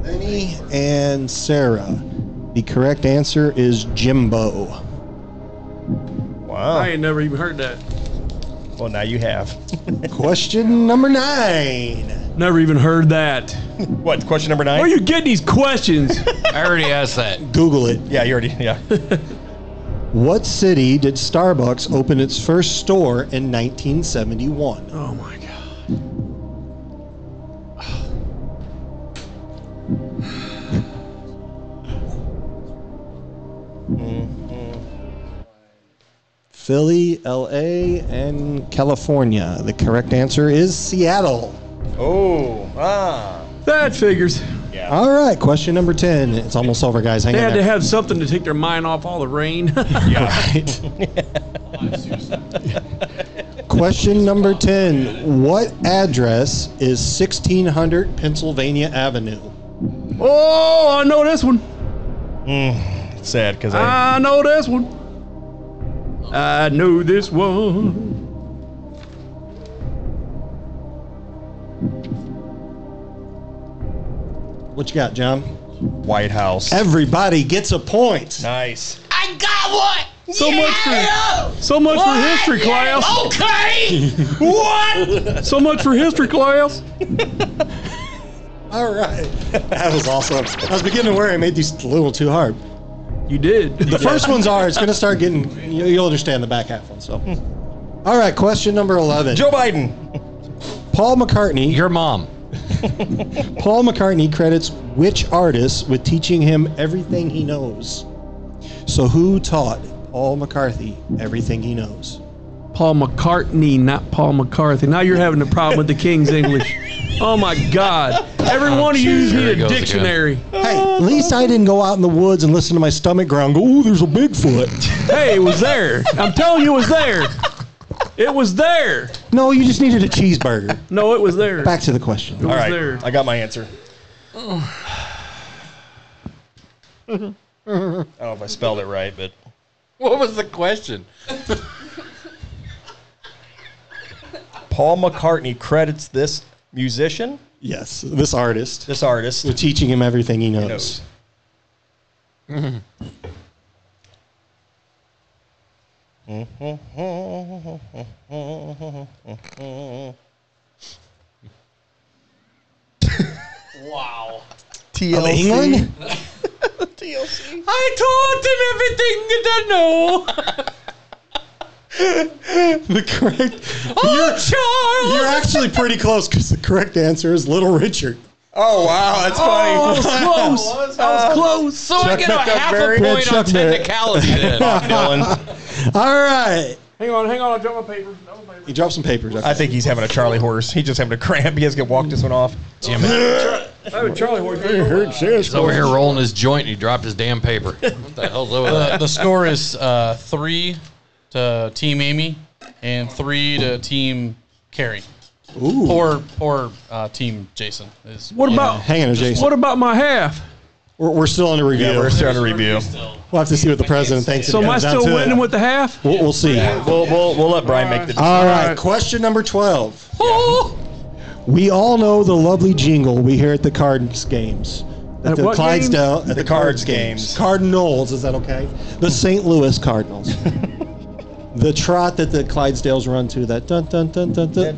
Speaker 10: [SIGHS] Lenny and Sarah. The correct answer is Jimbo.
Speaker 9: Wow.
Speaker 7: I ain't never even heard that.
Speaker 9: Well, now you have. [LAUGHS]
Speaker 10: Question number nine.
Speaker 7: Never even heard that.
Speaker 9: What? Question number nine?
Speaker 7: Where are you getting these questions?
Speaker 13: I already asked that.
Speaker 10: Google it.
Speaker 9: Yeah, you already.
Speaker 7: [LAUGHS]
Speaker 9: Yeah.
Speaker 10: What city did Starbucks open its first store in 1971?
Speaker 7: oh my god.
Speaker 10: [SIGHS] Philly, LA, and California. The correct answer is Seattle.
Speaker 9: Oh, ah.
Speaker 7: That figures.
Speaker 10: All right, question number 10. It's almost over, guys. Hang
Speaker 7: They
Speaker 10: on.
Speaker 7: had to
Speaker 10: there.
Speaker 7: have something to take their mind off all the rain. [LAUGHS]
Speaker 10: [LAUGHS] Question number 10. What address is 1600 Pennsylvania Avenue?
Speaker 7: oh, I know this one.
Speaker 9: Mm, sad because I.
Speaker 7: I know this one. I know this one.
Speaker 10: What you got, John?
Speaker 9: White House.
Speaker 10: Everybody gets a point.
Speaker 9: Nice.
Speaker 8: I got one.
Speaker 7: So much for so much
Speaker 8: What?
Speaker 7: for history
Speaker 8: Yeah,
Speaker 2: Oh!
Speaker 7: class.
Speaker 8: Okay. what?
Speaker 7: So much for history class.
Speaker 10: [LAUGHS] All right. That was awesome. I was beginning to worry I made these a little too hard.
Speaker 7: You did.
Speaker 10: The first ones are. It's going to start getting. You, you'll understand the back half one. So, all right. Question number eleven.
Speaker 9: Joe Biden.
Speaker 10: Paul McCartney.
Speaker 13: Your mom.
Speaker 10: Paul McCartney credits which artist with teaching him everything he knows. So, who taught Paul McCartney everything he knows?
Speaker 7: Paul McCartney, not Paul McCarthy. Now you're having a problem with the King's English. Oh my God! Every one of you
Speaker 10: Here he
Speaker 7: need a
Speaker 10: goes again.
Speaker 7: dictionary.
Speaker 10: Hey, at least I didn't go out in the woods and listen to my stomach growl and go, "Ooh, there's a Bigfoot." [LAUGHS]
Speaker 7: Hey, it was there. I'm telling you, it was there. It was there.
Speaker 10: No, you just needed a cheeseburger.
Speaker 7: No, it was there.
Speaker 10: Back to the question.
Speaker 7: It was there.
Speaker 9: I got my
Speaker 7: [SIGHS]
Speaker 9: answer. I
Speaker 13: what
Speaker 9: don't know if I spelled it right, but
Speaker 13: was the question?
Speaker 9: Paul McCartney credits this musician,
Speaker 10: Yes, this artist.
Speaker 9: This artist.
Speaker 10: We're teaching him everything he knows.
Speaker 8: Wow.
Speaker 10: Of England?
Speaker 8: TLC. I told him everything that I know.
Speaker 10: [LAUGHS] the correct.
Speaker 8: Oh,
Speaker 10: You're actually pretty close because the correct answer is Little Richard.
Speaker 9: Oh wow, that's funny.
Speaker 8: Oh,
Speaker 9: [LAUGHS]
Speaker 10: that [LAUGHS]
Speaker 8: was
Speaker 7: close. That was close.
Speaker 8: So I get a half a
Speaker 10: Yeah,
Speaker 8: point on
Speaker 10: Chuck Berry.
Speaker 8: technicality
Speaker 10: [LAUGHS]
Speaker 8: then.
Speaker 10: All right.
Speaker 7: Hang on, hang on. I dropped my paper. That was my-
Speaker 10: He dropped some papers.
Speaker 9: I think he's having a Charlie horse. He's just having a cramp. He has to get walked this one off. Damn it.
Speaker 7: I have a Charlie horse.
Speaker 13: He's over here rolling his joint and he dropped his damn paper. [LAUGHS] What the hell's over
Speaker 11: The,
Speaker 13: that?
Speaker 11: the score is uh, three to Team Amy and three to Team Carrie.
Speaker 10: Ooh.
Speaker 11: Or or uh, Team Jason. Is,
Speaker 7: What about
Speaker 10: Hang on, Jason.
Speaker 7: What about my half?
Speaker 10: We're, we're still under review.
Speaker 9: Yeah, we're still under review.
Speaker 10: We'll have to see what the president thinks.
Speaker 7: So
Speaker 10: it
Speaker 7: am I
Speaker 10: comes down
Speaker 7: still
Speaker 10: to
Speaker 7: winning
Speaker 10: that.
Speaker 7: with the half?
Speaker 10: We'll, we'll see.
Speaker 9: We'll, we'll, we'll let Brian make the decision.
Speaker 10: All right. Question number 12.
Speaker 9: Oh!
Speaker 10: We all know the lovely jingle we hear at the Cards games.
Speaker 9: At
Speaker 10: the
Speaker 9: what
Speaker 10: Clydesdale
Speaker 9: games?
Speaker 10: at
Speaker 9: The
Speaker 10: the,
Speaker 9: Cards
Speaker 10: Cards
Speaker 9: games.
Speaker 10: games. Cardinals, is that okay? The St. Louis Cardinals. [LAUGHS] the trot that the Clydesdales run to, that dun dun dun dun dun.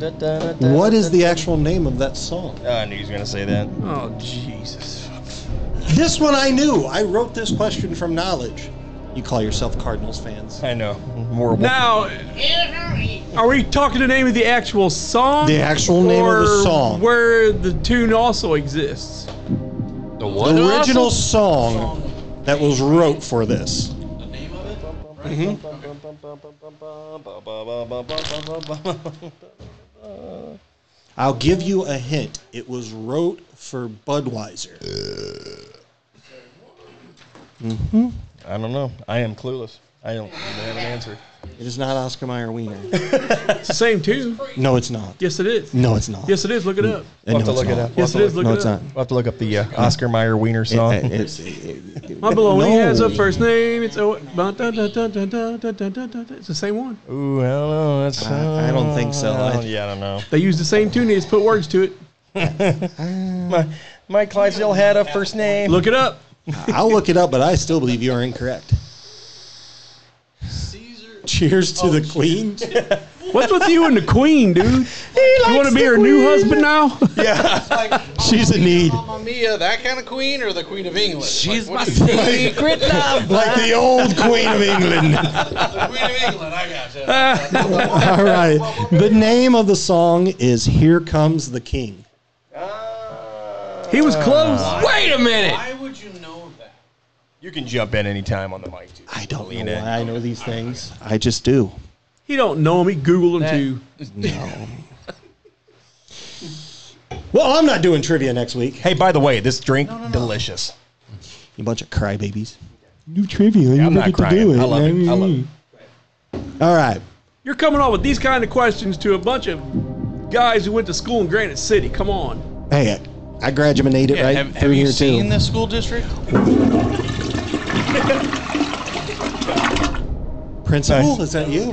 Speaker 10: What is the actual name of that song?
Speaker 9: Oh, I knew he was going to say that.
Speaker 7: Oh, Jesus.
Speaker 10: This one I knew. I wrote this question from knowledge. You call yourself Cardinals fans.
Speaker 9: I know. Horrible.
Speaker 7: Now, are we talking the name of the actual song?
Speaker 10: The actual name of the
Speaker 7: or
Speaker 10: song.
Speaker 7: Where the tune also exists.
Speaker 13: The
Speaker 10: The original song that was wrote for this. I'll give you a hint. It was wrote for Budweiser.
Speaker 9: hmm I don't know. I am clueless. I don't even have an answer.
Speaker 10: It is not Oscar Mayer Wiener.
Speaker 7: It's the same tune.
Speaker 10: No, it's not.
Speaker 7: Yes, it is.
Speaker 10: No, it's not.
Speaker 7: Yes, it is. Look it up.
Speaker 10: We'll have to look it up.
Speaker 7: Yes, it is. Look
Speaker 10: No,
Speaker 7: it
Speaker 10: it's
Speaker 7: up.
Speaker 10: not.
Speaker 9: We'll have to look up the uh, Oscar Mayer Wiener
Speaker 10: Eh,
Speaker 9: song.
Speaker 7: My baloney
Speaker 9: No.
Speaker 7: has a first name. It's o- dun, dun, dun, dun, dun, dun, dun, dun, dun, dun. It's the same one.
Speaker 9: Ooh, I don't know. That's,
Speaker 10: I- I don't think so.
Speaker 9: I don't-
Speaker 10: I-
Speaker 9: yeah, I don't know.
Speaker 7: They use the same tune. They just put words to it.
Speaker 9: my, my Clydesdale had a first name.
Speaker 7: Look it up.
Speaker 10: I'll look it up, but I still believe you are incorrect. Cheers to
Speaker 7: Oh,
Speaker 10: the
Speaker 7: [LAUGHS]
Speaker 10: Queen.
Speaker 7: What's with you and the Queen, dude? you want to be her new husband now? [LAUGHS]
Speaker 10: Yeah. She's in need.
Speaker 11: Mamma Mia, that kind of queen or the Queen of England? She's
Speaker 13: my secret
Speaker 11: love.
Speaker 10: Like the old Queen of England. All right. The name of the song is Here Comes the King.
Speaker 7: He was close.
Speaker 11: Uh,
Speaker 13: Wait a minute.
Speaker 11: Why would you know that?
Speaker 9: You can jump in anytime on the mic, dude.
Speaker 10: I don't know why I know these things. I just do.
Speaker 7: He don't know him. He Google him too.
Speaker 10: No. Well, I'm not doing trivia next week.
Speaker 9: Hey, by the way, this drink delicious.
Speaker 10: You bunch of crybabies. New trivia.
Speaker 9: I'm not crying. I love it. I love it.
Speaker 10: All right.
Speaker 7: You're coming on with these kind of questions to a bunch of guys who went to school in Granite City. Come on.
Speaker 10: Hey, I I graduated
Speaker 11: Yeah,
Speaker 10: right
Speaker 11: have,
Speaker 10: through
Speaker 11: have you
Speaker 10: here
Speaker 11: seen
Speaker 10: too.
Speaker 11: this school district?
Speaker 10: Principal, is that you?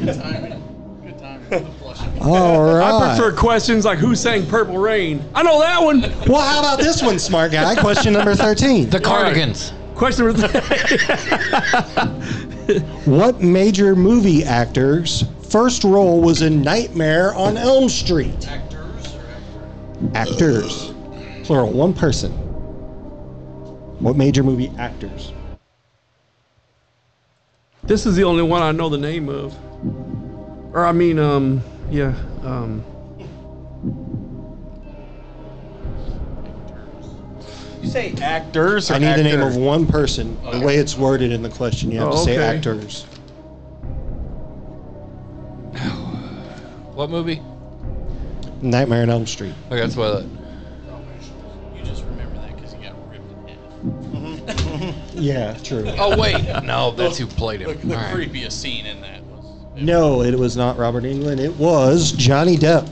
Speaker 10: All
Speaker 7: I
Speaker 10: right.
Speaker 7: prefer questions like who sang Purple Rain. I know that one. [LAUGHS]
Speaker 10: well, how about this one, smart guy? Question number 13.
Speaker 13: The Cardigans.
Speaker 7: Question number
Speaker 10: What major movie actor's first role was in Nightmare on Elm Street? Actors. Plural, one person. What major movie actors?
Speaker 7: [LAUGHS] This is the only one I know the name of. Or I mean, um, yeah, um.
Speaker 9: You say actors or
Speaker 10: I need the name
Speaker 9: actor?
Speaker 10: of one person. The way it's worded in the question, you have
Speaker 9: Oh,
Speaker 10: to say
Speaker 9: okay.
Speaker 10: actors.
Speaker 13: What movie?
Speaker 10: Nightmare on Elm Street.
Speaker 13: Okay, that's what.
Speaker 10: Yeah, true.
Speaker 13: Oh wait, no, that's who played him.
Speaker 11: The, the
Speaker 13: All right.
Speaker 11: creepiest scene in that.
Speaker 10: No, it was not Robert England. It was Johnny Depp.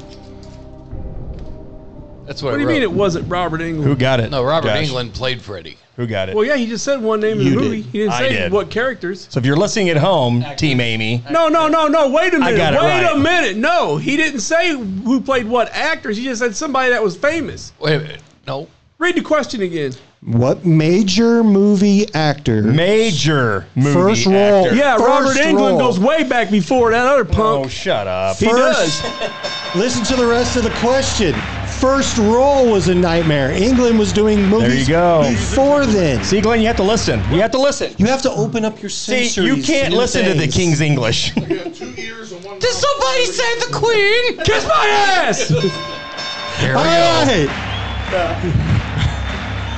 Speaker 13: That's
Speaker 7: What
Speaker 13: I
Speaker 7: do you
Speaker 13: wrote.
Speaker 7: mean it wasn't Robert England?
Speaker 13: No, Robert England played Freddy.
Speaker 9: Who got it?
Speaker 7: Well, yeah, he just said one name in
Speaker 9: You
Speaker 7: the movie.
Speaker 9: did.
Speaker 7: He didn't
Speaker 9: I
Speaker 7: say
Speaker 9: did.
Speaker 7: what characters.
Speaker 9: So if you're listening at home, Team Amy,
Speaker 7: No, no, no, no. Wait a
Speaker 9: I
Speaker 7: minute.
Speaker 9: got it
Speaker 7: wait
Speaker 9: right.
Speaker 7: a minute. No, he didn't say who played what actors. He just said somebody that was famous.
Speaker 13: Wait a minute. No.
Speaker 7: Read the question again.
Speaker 10: What major movie actor?
Speaker 9: Major movie
Speaker 10: First role.
Speaker 9: actor.
Speaker 7: Yeah,
Speaker 10: First
Speaker 7: Robert England
Speaker 10: role.
Speaker 7: goes way back before that other punk.
Speaker 9: Oh, shut up.
Speaker 7: He
Speaker 10: First-
Speaker 7: does.
Speaker 10: Listen to the rest of the question. First role was a nightmare. England was doing movies
Speaker 9: There you go.
Speaker 10: before then.
Speaker 9: See, Glenn, you have to listen. You have to listen.
Speaker 10: You have to open up your
Speaker 9: See,
Speaker 10: sensories.
Speaker 9: you can't
Speaker 10: new
Speaker 9: listen to the
Speaker 10: things.
Speaker 9: King's
Speaker 11: [LAUGHS]
Speaker 9: English.
Speaker 8: Did somebody save the queen?
Speaker 7: Kiss my
Speaker 9: [LAUGHS]
Speaker 7: ass!
Speaker 9: Here
Speaker 10: All
Speaker 13: Ah!
Speaker 10: right.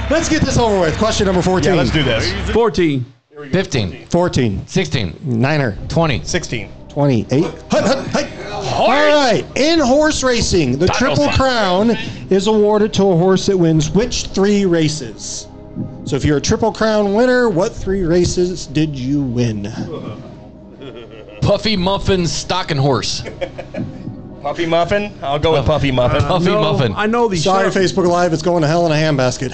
Speaker 10: Let's get this over with. Question number 14.
Speaker 7: 14.
Speaker 13: 15.
Speaker 10: 14.
Speaker 13: 16.
Speaker 10: Niner.
Speaker 13: 20.
Speaker 9: 16.
Speaker 10: 28. Hut, hut, hut. All right. In horse racing, the
Speaker 9: Title
Speaker 10: Triple
Speaker 9: fight.
Speaker 10: Crown is awarded to a horse that wins which three races? So if you're a Triple Crown winner, what three races did you win?
Speaker 13: Puffy Muffin Stocking Horse.
Speaker 9: Puffy Muffin? I'll go with Puffy Muffin.
Speaker 13: Puffy no, Muffin.
Speaker 7: I know these.
Speaker 10: Sorry, Facebook Live. It's going to hell in a handbasket.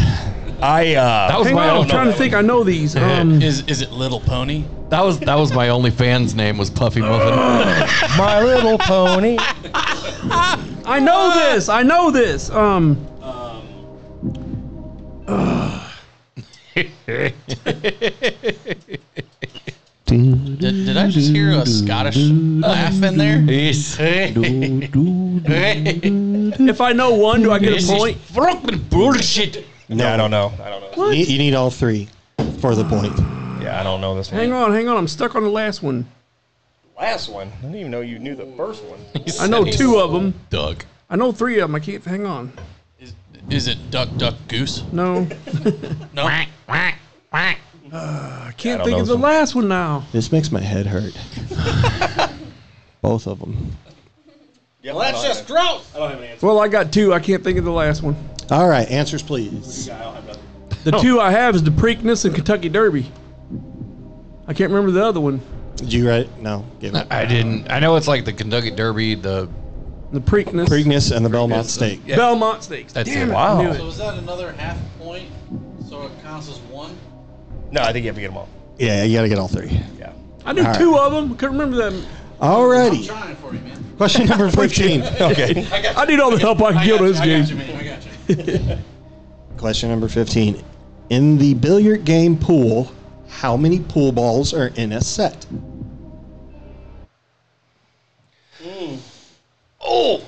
Speaker 9: I, uh,
Speaker 13: That was
Speaker 7: Hang
Speaker 13: my
Speaker 7: on,
Speaker 13: own.
Speaker 7: I'm trying to think. I know these. Um,
Speaker 11: Is is it Little Pony?
Speaker 13: That was that was my only fan's name was Puffy Muffin.
Speaker 9: My Little [LAUGHS] Pony.
Speaker 7: I know this. I know this. Um,
Speaker 11: Did, did I just hear a Scottish laugh in there?
Speaker 13: Yes.
Speaker 7: if I know one, do I get
Speaker 13: This
Speaker 7: a
Speaker 13: is
Speaker 7: point?
Speaker 13: fucking bullshit.
Speaker 9: No, I don't know. I don't know.
Speaker 10: You, you need all three for the point.
Speaker 9: Yeah, I don't know this one.
Speaker 7: Hang on, hang on. I'm stuck on the last one.
Speaker 9: Last one. I didn't even know you knew the first one.
Speaker 7: I know two of them.
Speaker 13: Doug.
Speaker 7: I know three of them. I can't. Hang on.
Speaker 11: Is it Duck Duck Goose?
Speaker 7: No,
Speaker 11: No.
Speaker 7: I
Speaker 9: I
Speaker 7: can't
Speaker 9: don't
Speaker 7: think
Speaker 9: know
Speaker 7: of the
Speaker 9: some-
Speaker 7: last one now.
Speaker 10: This makes my head hurt. Both of them.
Speaker 9: well, that's just gross. I don't have an answer.
Speaker 7: Well, I got two. I can't think of the last one.
Speaker 10: All right, answers please.
Speaker 9: I don't have nothing.
Speaker 7: The two I have is the Preakness and Kentucky Derby. I can't remember the other one.
Speaker 10: Did you write? No, give
Speaker 11: Uh,
Speaker 10: it.
Speaker 13: I didn't. I know it's like the Kentucky Derby. The
Speaker 7: The Preakness.
Speaker 10: Preakness and the Belmont Stake.
Speaker 13: yeah,
Speaker 7: Belmont Stakes.
Speaker 13: That's
Speaker 7: Damn
Speaker 13: it.
Speaker 7: it.
Speaker 9: Wow.
Speaker 7: I knew
Speaker 11: So
Speaker 7: it.
Speaker 11: is that another half point? So it counts as one.
Speaker 9: No, I think you have to get them all.
Speaker 10: Yeah, you got to get all three.
Speaker 9: Yeah.
Speaker 7: I knew
Speaker 10: All
Speaker 7: two of them. Couldn't remember them.
Speaker 10: Alrighty.
Speaker 11: Trying for you, man.
Speaker 10: Question number 15.
Speaker 9: Okay.
Speaker 7: I need all the help I can get on this
Speaker 11: I got you,
Speaker 7: game.
Speaker 11: man. I got you.
Speaker 10: Question number 15. In the billiard game pool, how many pool balls are in a set?
Speaker 11: Oh,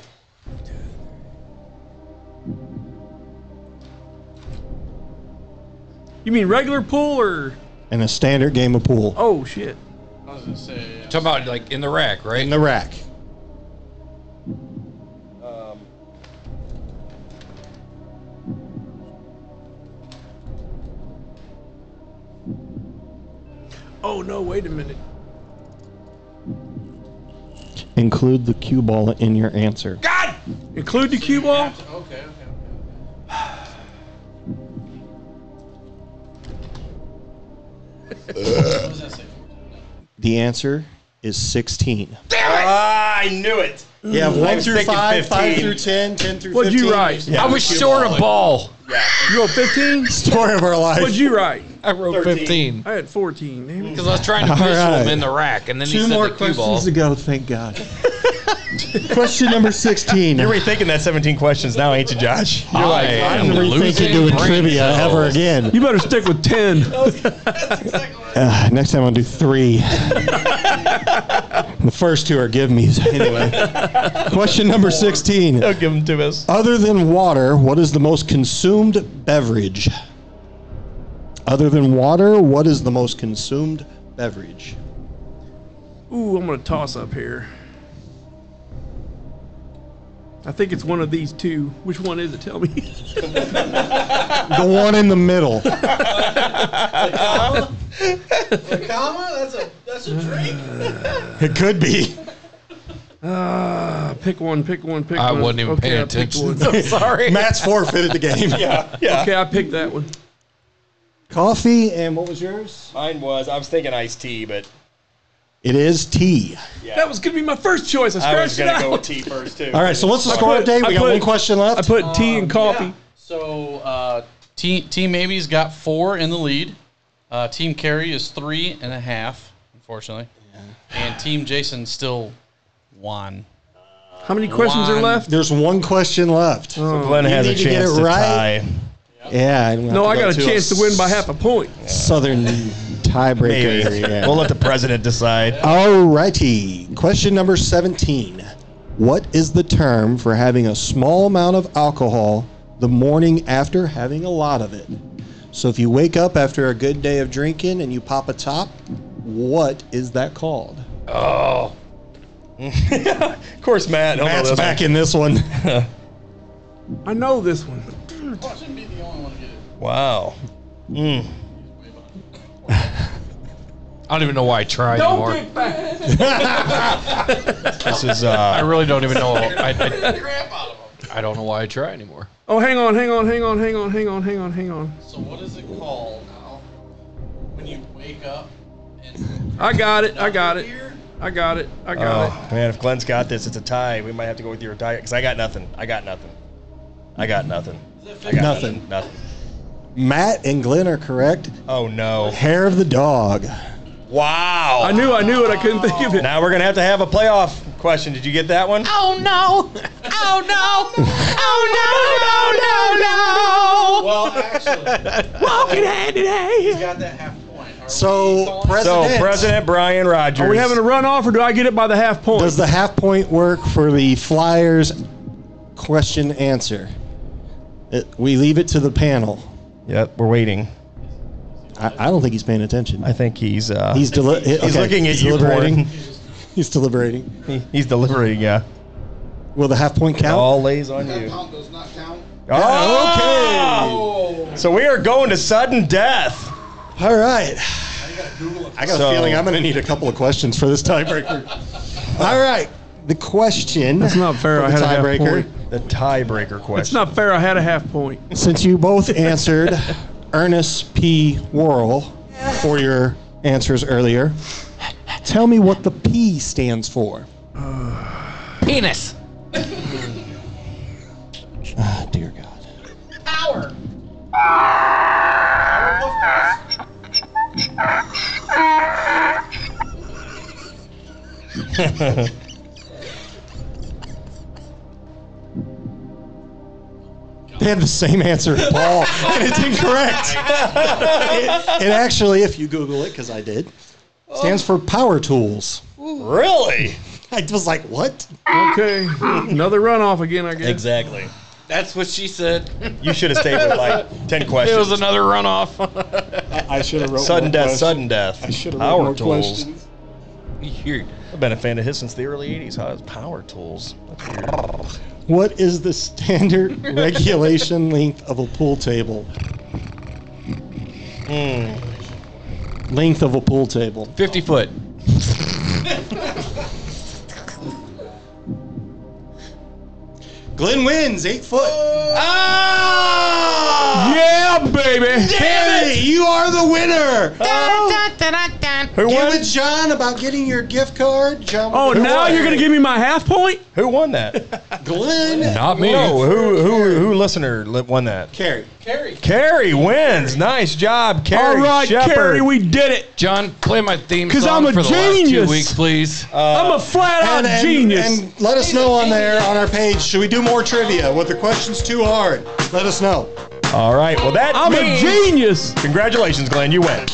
Speaker 7: You mean regular pool or?
Speaker 10: In a standard game of pool.
Speaker 7: Oh shit.
Speaker 11: I was gonna say.
Speaker 13: talking about like in the rack, right?
Speaker 10: In the rack.
Speaker 7: Oh no. Wait a minute.
Speaker 10: Include the cue ball in your answer.
Speaker 7: Include the cue ball.
Speaker 11: Okay, okay. okay. What does that say?
Speaker 10: The answer is 16.
Speaker 9: Ah, I knew it.
Speaker 10: You have 1 through
Speaker 9: thinking
Speaker 10: 5, 5
Speaker 9: 15.
Speaker 10: through 10, 10 through
Speaker 7: What'd
Speaker 10: 15.
Speaker 7: you write? [LAUGHS]
Speaker 13: I was short a ball.
Speaker 7: You wrote 15.
Speaker 10: Story of our life.
Speaker 7: What'd you write?
Speaker 13: I wrote 15
Speaker 7: I had 14. Damn it.
Speaker 13: because I was trying to visual
Speaker 10: right.
Speaker 13: him in the rack, and then he
Speaker 10: Two
Speaker 13: said
Speaker 10: more
Speaker 13: the cue ball.
Speaker 10: questions to go, thank God. Question number 16.
Speaker 9: You're rethinking that 17 questions now, ain't you, Josh? [LAUGHS] You're
Speaker 13: I am
Speaker 10: I'm never
Speaker 13: losing
Speaker 10: thinking doing
Speaker 13: brain
Speaker 10: trivia
Speaker 13: cells. [LAUGHS]
Speaker 10: ever again.
Speaker 7: You better stick with 10.
Speaker 10: Uh, next time I'll do three. the first two are give me's. Anyway, question number 16.
Speaker 9: Don't give them to us.
Speaker 10: Other than water, what is the most consumed beverage? Other than water, what is the most consumed beverage?
Speaker 7: Ooh, I'm gonna toss up here. I think it's one of these two. Which one is it? Tell me. [LAUGHS]
Speaker 10: The one in
Speaker 11: [LAUGHS]
Speaker 10: the middle.
Speaker 11: Comma? That's a that's a drink. [LAUGHS]
Speaker 10: It could be.
Speaker 7: Ah, pick one, pick one, pick
Speaker 10: I
Speaker 7: one.
Speaker 10: wasn't even paying
Speaker 7: I picked
Speaker 10: attention.
Speaker 7: one. [LAUGHS]
Speaker 10: [LAUGHS] I'm sorry. Matt's forfeited the game. Yeah, yeah.
Speaker 7: Okay, I picked that one.
Speaker 10: Coffee and what was yours?
Speaker 9: Mine was. I was thinking iced tea, but
Speaker 10: It is tea.
Speaker 7: That was gonna be my first choice. I
Speaker 9: I was
Speaker 7: scratched
Speaker 9: gonna
Speaker 7: it
Speaker 9: go
Speaker 7: out.
Speaker 9: with tea first too.
Speaker 10: All right, so what's the
Speaker 7: I
Speaker 10: score
Speaker 7: put-
Speaker 10: update?
Speaker 7: I
Speaker 10: We got
Speaker 7: put-
Speaker 10: one question left.
Speaker 7: I put tea and coffee.
Speaker 11: So uh, team team Amy's got four in the lead. Uh, team Carrie is three and a half, unfortunately, and Team Jason still one.
Speaker 7: How many questions are
Speaker 11: One.
Speaker 7: left?
Speaker 10: There's one question left. So
Speaker 7: Glenn has a chance to
Speaker 10: Yeah. and we'll
Speaker 7: Oh. No,
Speaker 10: have
Speaker 7: I
Speaker 10: to go
Speaker 7: got a
Speaker 10: to
Speaker 7: chance to win by half a point.
Speaker 10: Southern tiebreaker.
Speaker 9: Maybe.
Speaker 10: yeah.
Speaker 9: We'll let the president decide.
Speaker 10: All righty. Question number 17. What is the term for having a small amount of alcohol the morning after having a lot of it? So if you wake up after a good day of drinking and you pop a top, what is that called?
Speaker 9: Oh. of course, Matt. he'll know
Speaker 10: Matt's
Speaker 9: this
Speaker 10: back
Speaker 9: one.
Speaker 10: in this one.
Speaker 7: I know this one.
Speaker 9: Wow.
Speaker 13: [LAUGHS] Mm. I don't even know why I tried anymore.
Speaker 9: [LAUGHS] this is. Uh, I
Speaker 13: really don't even know. I, I, I don't know why I try anymore.
Speaker 7: Oh, hang on, hang on, hang on, hang on, hang on, hang on, hang on.
Speaker 11: So what is it called now? When you wake up.
Speaker 7: I got it. I got it. I got it. I got it.
Speaker 9: oh, man, if Glenn's got this, it's a tie. We might have to go with your tie because I got nothing. I got nothing. I got nothing. I got
Speaker 10: Nothing.
Speaker 9: Nothing.
Speaker 10: Matt and Glenn are correct.
Speaker 9: Oh
Speaker 7: [LAUGHS]
Speaker 9: no.
Speaker 10: Hair of the dog.
Speaker 9: Wow.
Speaker 7: I knew. I knew it. I couldn't think of it.
Speaker 9: Now we're gonna have to have a playoff question. Did you get that one?
Speaker 8: Oh no! Oh no! Oh no! No! No! No!
Speaker 11: Well, actually,
Speaker 8: walking hand in hand.
Speaker 10: So
Speaker 9: So President Brian Rogers.
Speaker 7: Are we having a runoff, or do I get it by the half point?
Speaker 10: Does the half point work for the Flyers question answer? It, we leave it to the panel.
Speaker 9: Yep, we're waiting.
Speaker 10: I, I don't think he's paying attention. I
Speaker 9: think he's uh,
Speaker 10: he's, deli-
Speaker 9: he's
Speaker 10: okay,
Speaker 9: looking at
Speaker 10: he's
Speaker 9: you,
Speaker 10: Deliberating. He's deliberating.
Speaker 9: [LAUGHS] He's deliberating. Yeah.
Speaker 10: Will the half point
Speaker 9: It
Speaker 10: count?
Speaker 9: all lays on you. Oh, okay. So we are going to sudden death.
Speaker 10: All right. I got a feeling I'm going to need a couple of questions for this tiebreaker. all right. The question. That's
Speaker 7: not fair. I had a half point.
Speaker 9: The tiebreaker
Speaker 7: It's
Speaker 9: question.
Speaker 7: not fair. I had a half point.
Speaker 10: Since you both answered Ernest P. Worrell for your answers earlier, tell me what the P stands for.
Speaker 8: Penis.
Speaker 10: Ah, dear God.
Speaker 8: Power.
Speaker 10: They had the same answer as Paul, and it's incorrect. it, it actually, if you Google it, because I did, stands for power tools.
Speaker 9: Really?
Speaker 10: I was like, what?
Speaker 7: Okay, another runoff again. I guess.
Speaker 9: Exactly.
Speaker 8: That's what she said.
Speaker 9: You should have stayed with
Speaker 7: [LAUGHS]
Speaker 9: like ten questions.
Speaker 8: It was another runoff.
Speaker 10: I should have wrote
Speaker 9: sudden
Speaker 10: more
Speaker 9: death.
Speaker 10: questions.
Speaker 9: Sudden death.
Speaker 10: I should have wrote
Speaker 9: power
Speaker 10: more
Speaker 9: tools.
Speaker 10: questions.
Speaker 9: I've been a fan of his since the early '80s. How is power tools? That's weird.
Speaker 10: What is the standard [LAUGHS] regulation length of a pool table? Hmm. Length of a pool table.
Speaker 8: 50 foot.
Speaker 10: Glenn wins, eight foot. Ah,
Speaker 7: Yeah, baby.
Speaker 10: Damn it! You are the winner.
Speaker 9: Who
Speaker 10: Give
Speaker 9: won?
Speaker 10: it John about getting your gift card. John.
Speaker 7: Oh, now you're gonna give me my half point?
Speaker 9: Who won that?
Speaker 8: [LAUGHS]
Speaker 10: Glenn.
Speaker 13: Not me.
Speaker 9: No. Who? Who? Who? Listener li- won that?
Speaker 10: Carrie.
Speaker 11: Carrie.
Speaker 9: Carrie wins. Nice job, Carrie.
Speaker 7: All right,
Speaker 9: Shepherd.
Speaker 7: Carrie, we did it.
Speaker 13: John, play my theme
Speaker 7: 'Cause
Speaker 13: song
Speaker 7: I'm a
Speaker 13: for the last two
Speaker 7: genius.
Speaker 13: weeks, please.
Speaker 11: Uh,
Speaker 7: I'm a flat-out
Speaker 9: Ah,
Speaker 10: And, and-
Speaker 7: genius.
Speaker 10: and let us know on there on our page. Should we do more trivia? Were the questions too hard? Let us know.
Speaker 9: All right. Well, that
Speaker 7: I'm a
Speaker 9: means-
Speaker 7: genius.
Speaker 9: Congratulations, Glenn. You win.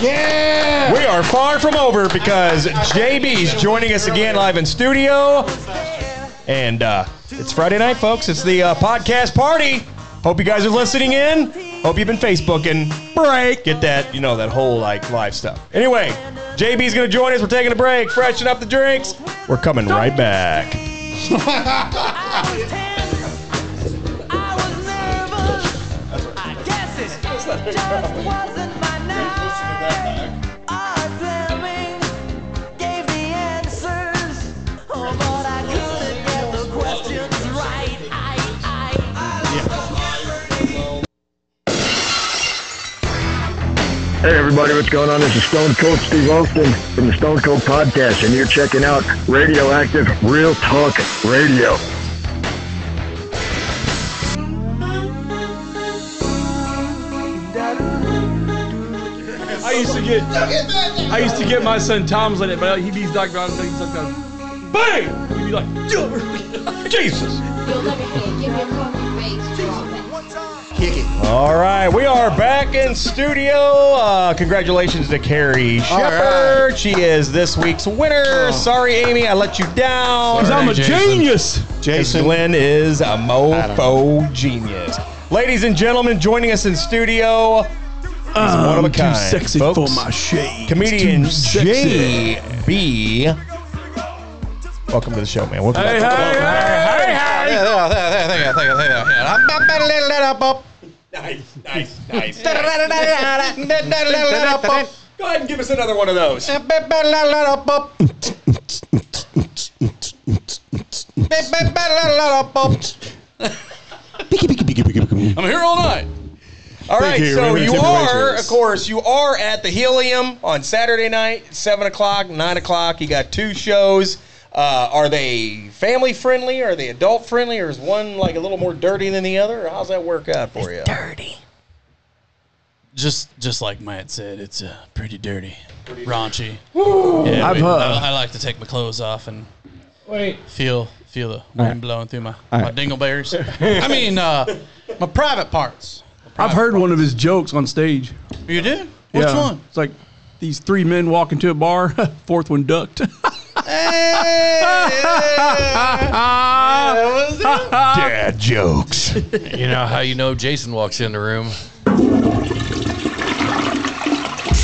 Speaker 10: Yeah.
Speaker 9: We are far from over because JB's joining us again live in studio. And uh, it's Friday night, folks. It's the uh, podcast party. Hope you guys are listening in. Hope you've been Facebooking. Break. Get that, you know, that whole like live stuff. Anyway, JB's going to join us. We're taking a break. Freshen up the drinks. We're coming right back.
Speaker 14: Hey everybody, what's going on? This is Stone Cold Steve Austin from the Stone Cold Podcast, and you're checking out Radioactive Real Talk Radio.
Speaker 7: I used to get I used to get my son Tom's in it, but he'd be like, like, like bang! He'd be like, [LAUGHS] Jesus!
Speaker 10: Kick it.
Speaker 9: All right, we are back in studio. Uh, congratulations to Carrie
Speaker 10: All right.
Speaker 9: Shepherd. She is this week's winner. Sorry, Amy, I let you down.
Speaker 7: 'Cause I'm a Sorry, Jason. genius.
Speaker 9: Jason Glenn is a mofo genius. Ladies and gentlemen, joining us in studio. He's one of a
Speaker 7: I'm too
Speaker 9: kind,
Speaker 7: sexy
Speaker 9: folks.
Speaker 7: for my shades.
Speaker 9: Comedian
Speaker 7: Too sexy.
Speaker 9: JB. Welcome to the show, man. Welcome
Speaker 8: Hey,
Speaker 9: back.
Speaker 8: hey,
Speaker 9: Nice, nice, nice. Go ahead and give us another one of those.
Speaker 11: I'm here all night.
Speaker 9: All
Speaker 11: Thank
Speaker 9: right,
Speaker 11: you.
Speaker 9: so
Speaker 11: Remember to
Speaker 9: you
Speaker 11: take away
Speaker 9: are,
Speaker 11: this.
Speaker 9: of course, you are at the Helium on Saturday night, seven o'clock, nine o'clock. You got two shows. Uh, are they family friendly? Are they adult friendly? Or is one like a little more dirty than the other? How's that work out for you? Dirty.
Speaker 11: Just just like Matt said, it's uh, pretty dirty, raunchy.
Speaker 8: Woo. I've
Speaker 11: we-
Speaker 8: heard.
Speaker 11: I, I like to take my clothes off and
Speaker 8: Wait.
Speaker 11: feel feel the wind
Speaker 8: right.
Speaker 11: blowing through my,
Speaker 8: All
Speaker 11: my
Speaker 8: right.
Speaker 11: dingleberries. I mean, uh, my private parts.
Speaker 7: I've heard one of his jokes on stage.
Speaker 11: You did? Which
Speaker 7: Yeah.
Speaker 11: one?
Speaker 7: It's like these three men walk into a bar, [LAUGHS] fourth one ducked.
Speaker 4: Dad jokes.
Speaker 13: You know how you know Jason walks in the room?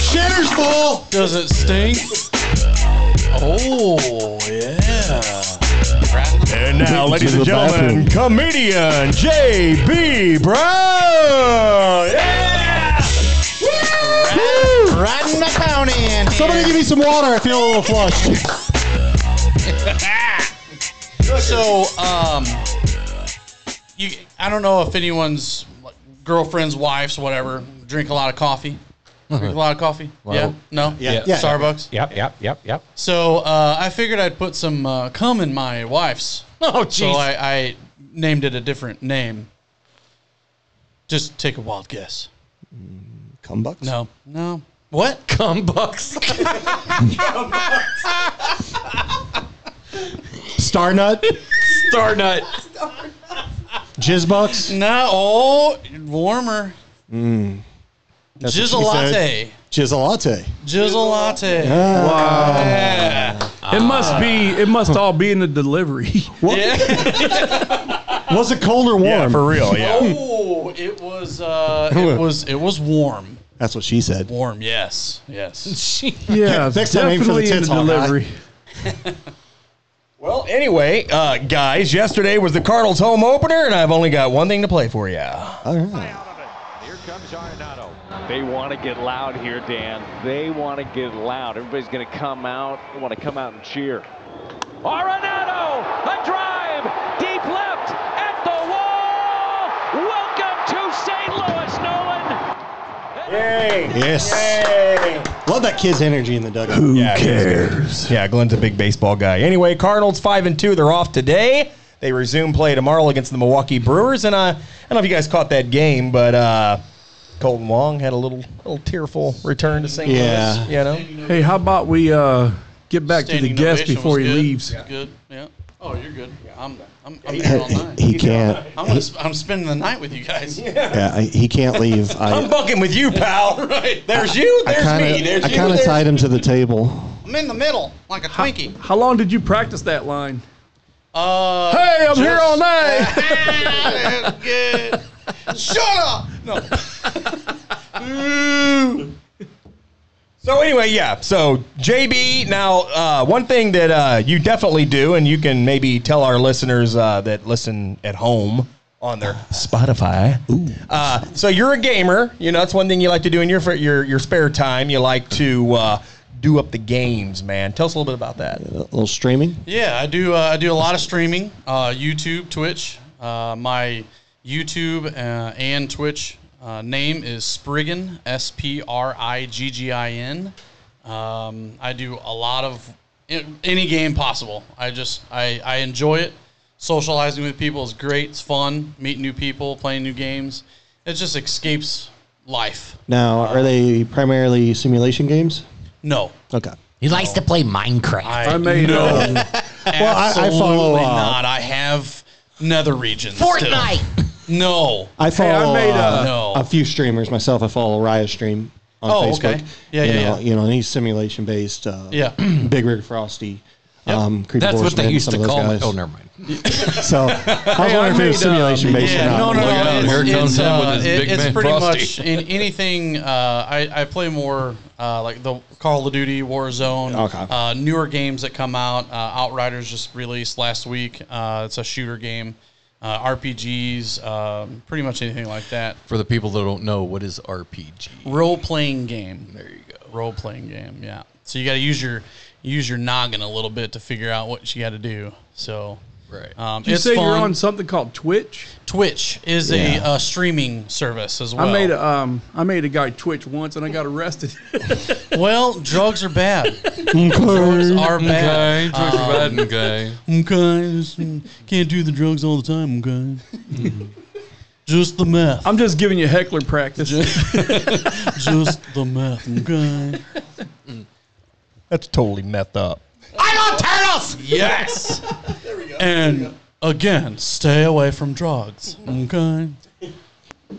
Speaker 11: Shitter's full. Does it stink? Oh yeah.
Speaker 9: And
Speaker 11: now, ladies and gentlemen,
Speaker 9: comedian JB Brown.
Speaker 8: Riding my pony in here.
Speaker 10: Somebody give me some water. I feel a little flushed.
Speaker 11: so um you i don't know if anyone's like, girlfriends wives whatever drink a lot of coffee drink a lot of coffee
Speaker 8: [LAUGHS] Well,
Speaker 11: yeah no
Speaker 8: yeah. Yeah.
Speaker 11: starbucks
Speaker 8: Yep, yep, yep, yep.
Speaker 11: so uh, i figured i'd put some uh, cum in my wife's
Speaker 8: Oh,
Speaker 11: so
Speaker 8: jeez.
Speaker 11: I, I named it a different name just take a wild guess
Speaker 10: Cum bucks?
Speaker 11: no no what cum [LAUGHS] bucks
Speaker 10: Star nut?
Speaker 11: star nut
Speaker 10: Jizz bucks?
Speaker 11: no oh warmer
Speaker 10: Mm. That's what she said.
Speaker 11: Jizzalate.
Speaker 10: Jizzalate.
Speaker 11: jizzle latte
Speaker 10: Ah.
Speaker 7: Wow.
Speaker 11: Yeah.
Speaker 7: It must be. It must all be in the delivery.
Speaker 10: Was it cold or
Speaker 7: [LAUGHS]
Speaker 10: warm?
Speaker 7: Yeah, for real,
Speaker 11: Oh, it was. Uh, it was. It was warm.
Speaker 10: That's what she said.
Speaker 11: Warm. Yes. Yes.
Speaker 7: [LAUGHS]
Speaker 10: Yeah, Next time aim for the definitely in tits, the Hawkeye. delivery.
Speaker 9: Well, anyway, uh, guys, yesterday was the Cardinals' home opener, and I've only got one thing to play for you. All right.
Speaker 15: Here comes Arenado. They want to get loud here, Dan. They want to get loud. Everybody's going to come out. They want to come out and cheer. Arenado, a drive, deep left, at the wall. Welcome to St. Louis, Nolan.
Speaker 9: Yay.
Speaker 10: Yes. Love that kid's energy in the dugout.
Speaker 9: Who cares? Yeah, Glenn's a big baseball guy. Anyway, Cardinals five and two. They're off today. They resume play tomorrow against the Milwaukee Brewers. And uh, I don't know if you guys caught that game, but uh, Colton Wong had a little little tearful return to St.
Speaker 7: Yeah.
Speaker 9: Louis. You know.
Speaker 7: Hey, how about we uh, get back
Speaker 11: Standing
Speaker 7: to the guest
Speaker 11: ovation
Speaker 7: before
Speaker 11: was
Speaker 7: he
Speaker 11: good.
Speaker 7: leaves?
Speaker 11: Good. Yeah. Oh, you're good. I'm. I'm. I'm here all
Speaker 10: he-
Speaker 11: night.
Speaker 10: he can't.
Speaker 11: I'm, gonna, sp- I'm spending the night with you guys. Yeah.
Speaker 10: Yeah, I, he can't leave.
Speaker 9: I'm
Speaker 10: I,
Speaker 9: bucking with you, pal. [LAUGHS]
Speaker 11: right.
Speaker 9: There's you.
Speaker 10: I
Speaker 9: There's me.
Speaker 10: kind
Speaker 9: There's
Speaker 10: of, I
Speaker 9: you.
Speaker 10: kind of
Speaker 9: there's-
Speaker 10: tied him to the table.
Speaker 11: I'm in the middle like a Twinkie.
Speaker 7: How long did you practice that line?
Speaker 11: Uh,
Speaker 7: hey, I'm here
Speaker 11: just-
Speaker 7: all night.
Speaker 11: [LAUGHS] Good. Shut up. No.
Speaker 9: So anyway, yeah. So JB, now uh, one thing that uh, you definitely do, and you can maybe tell our listeners uh, that listen at home on their Spotify. Uh, so you're a gamer. You know, that's one thing you like to do in your your your spare time. You like to uh, do up the games, man. Tell us a little bit about that.
Speaker 10: A little streaming.
Speaker 11: Yeah, I do. Uh, I do a lot of streaming, uh, YouTube, Twitch. Uh, my YouTube uh, and Twitch uh, name is Spriggan, S P R I G G I N. Um, I do a lot of a- any game possible. I just I, I enjoy it. Socializing with people is great. It's fun. Meeting new people, playing new games. It just escapes life.
Speaker 10: Now, are they primarily simulation games?
Speaker 11: No.
Speaker 10: Okay.
Speaker 8: He likes to play Minecraft.
Speaker 11: I,
Speaker 10: made
Speaker 11: no.
Speaker 10: up.
Speaker 7: uh,
Speaker 10: Well, I- I follow,
Speaker 11: Absolutely
Speaker 10: uh,
Speaker 11: not. I have nether regions.
Speaker 8: Fortnite.
Speaker 11: Still. No.
Speaker 10: I follow uh,
Speaker 11: no.
Speaker 10: a few streamers myself. I follow Riot Stream on
Speaker 11: Oh,
Speaker 10: Facebook.
Speaker 11: okay. Yeah,
Speaker 10: you
Speaker 11: yeah,
Speaker 10: know,
Speaker 11: yeah.
Speaker 10: You know, and he's simulation based. Uh,
Speaker 11: Yeah.
Speaker 10: Big Rig Frosty. Um, Creepy
Speaker 13: That's what they
Speaker 10: Horseman,
Speaker 13: used
Speaker 10: some
Speaker 13: to
Speaker 10: of those
Speaker 13: call me.
Speaker 10: guys.
Speaker 13: Oh, never mind.
Speaker 10: So I was
Speaker 11: Hey, I
Speaker 10: wondering if
Speaker 11: made,
Speaker 10: it was
Speaker 11: uh,
Speaker 10: simulation based
Speaker 11: yeah,
Speaker 10: or not.
Speaker 11: No, no, no.
Speaker 13: out,
Speaker 11: it's-
Speaker 13: here comes
Speaker 11: it's,
Speaker 13: him with
Speaker 11: uh,
Speaker 13: his
Speaker 11: it-
Speaker 13: big
Speaker 11: It's
Speaker 13: man
Speaker 11: pretty
Speaker 13: Frosty.
Speaker 11: much in anything. Uh, I I play more uh, like the Call of Duty, Warzone,
Speaker 10: Okay.
Speaker 11: uh, newer games that come out. Uh, Outriders just released last week. Uh, it's a shooter game. Uh, RPGs, um, pretty much anything like that.
Speaker 13: For the people that don't know, what is RPG?
Speaker 11: Role playing game. There you go. Role playing game. Yeah. So you got to use your use your noggin a little bit to figure out what you got to do. So right. Um,
Speaker 7: Did you
Speaker 11: it's
Speaker 7: say
Speaker 11: fun.
Speaker 7: you're on something called Twitch?
Speaker 11: Twitch is a
Speaker 7: Yeah.
Speaker 11: uh, streaming service as well.
Speaker 7: I made a um, I made a guy Twitch once and I got arrested. [LAUGHS]
Speaker 11: well, drugs are [LAUGHS] bad.
Speaker 7: drugs
Speaker 11: are bad. Um,
Speaker 13: Okay, drugs are bad,
Speaker 11: okay. Okay, just, mm, can't do the drugs all the time. Okay, [LAUGHS] just the meth.
Speaker 7: I'm just giving you heckler
Speaker 11: [LAUGHS]
Speaker 7: practice.
Speaker 11: just the meth. [LAUGHS] Okay.
Speaker 9: That's totally messed up.
Speaker 11: [LAUGHS] Yes. And again, stay away from drugs. Okay.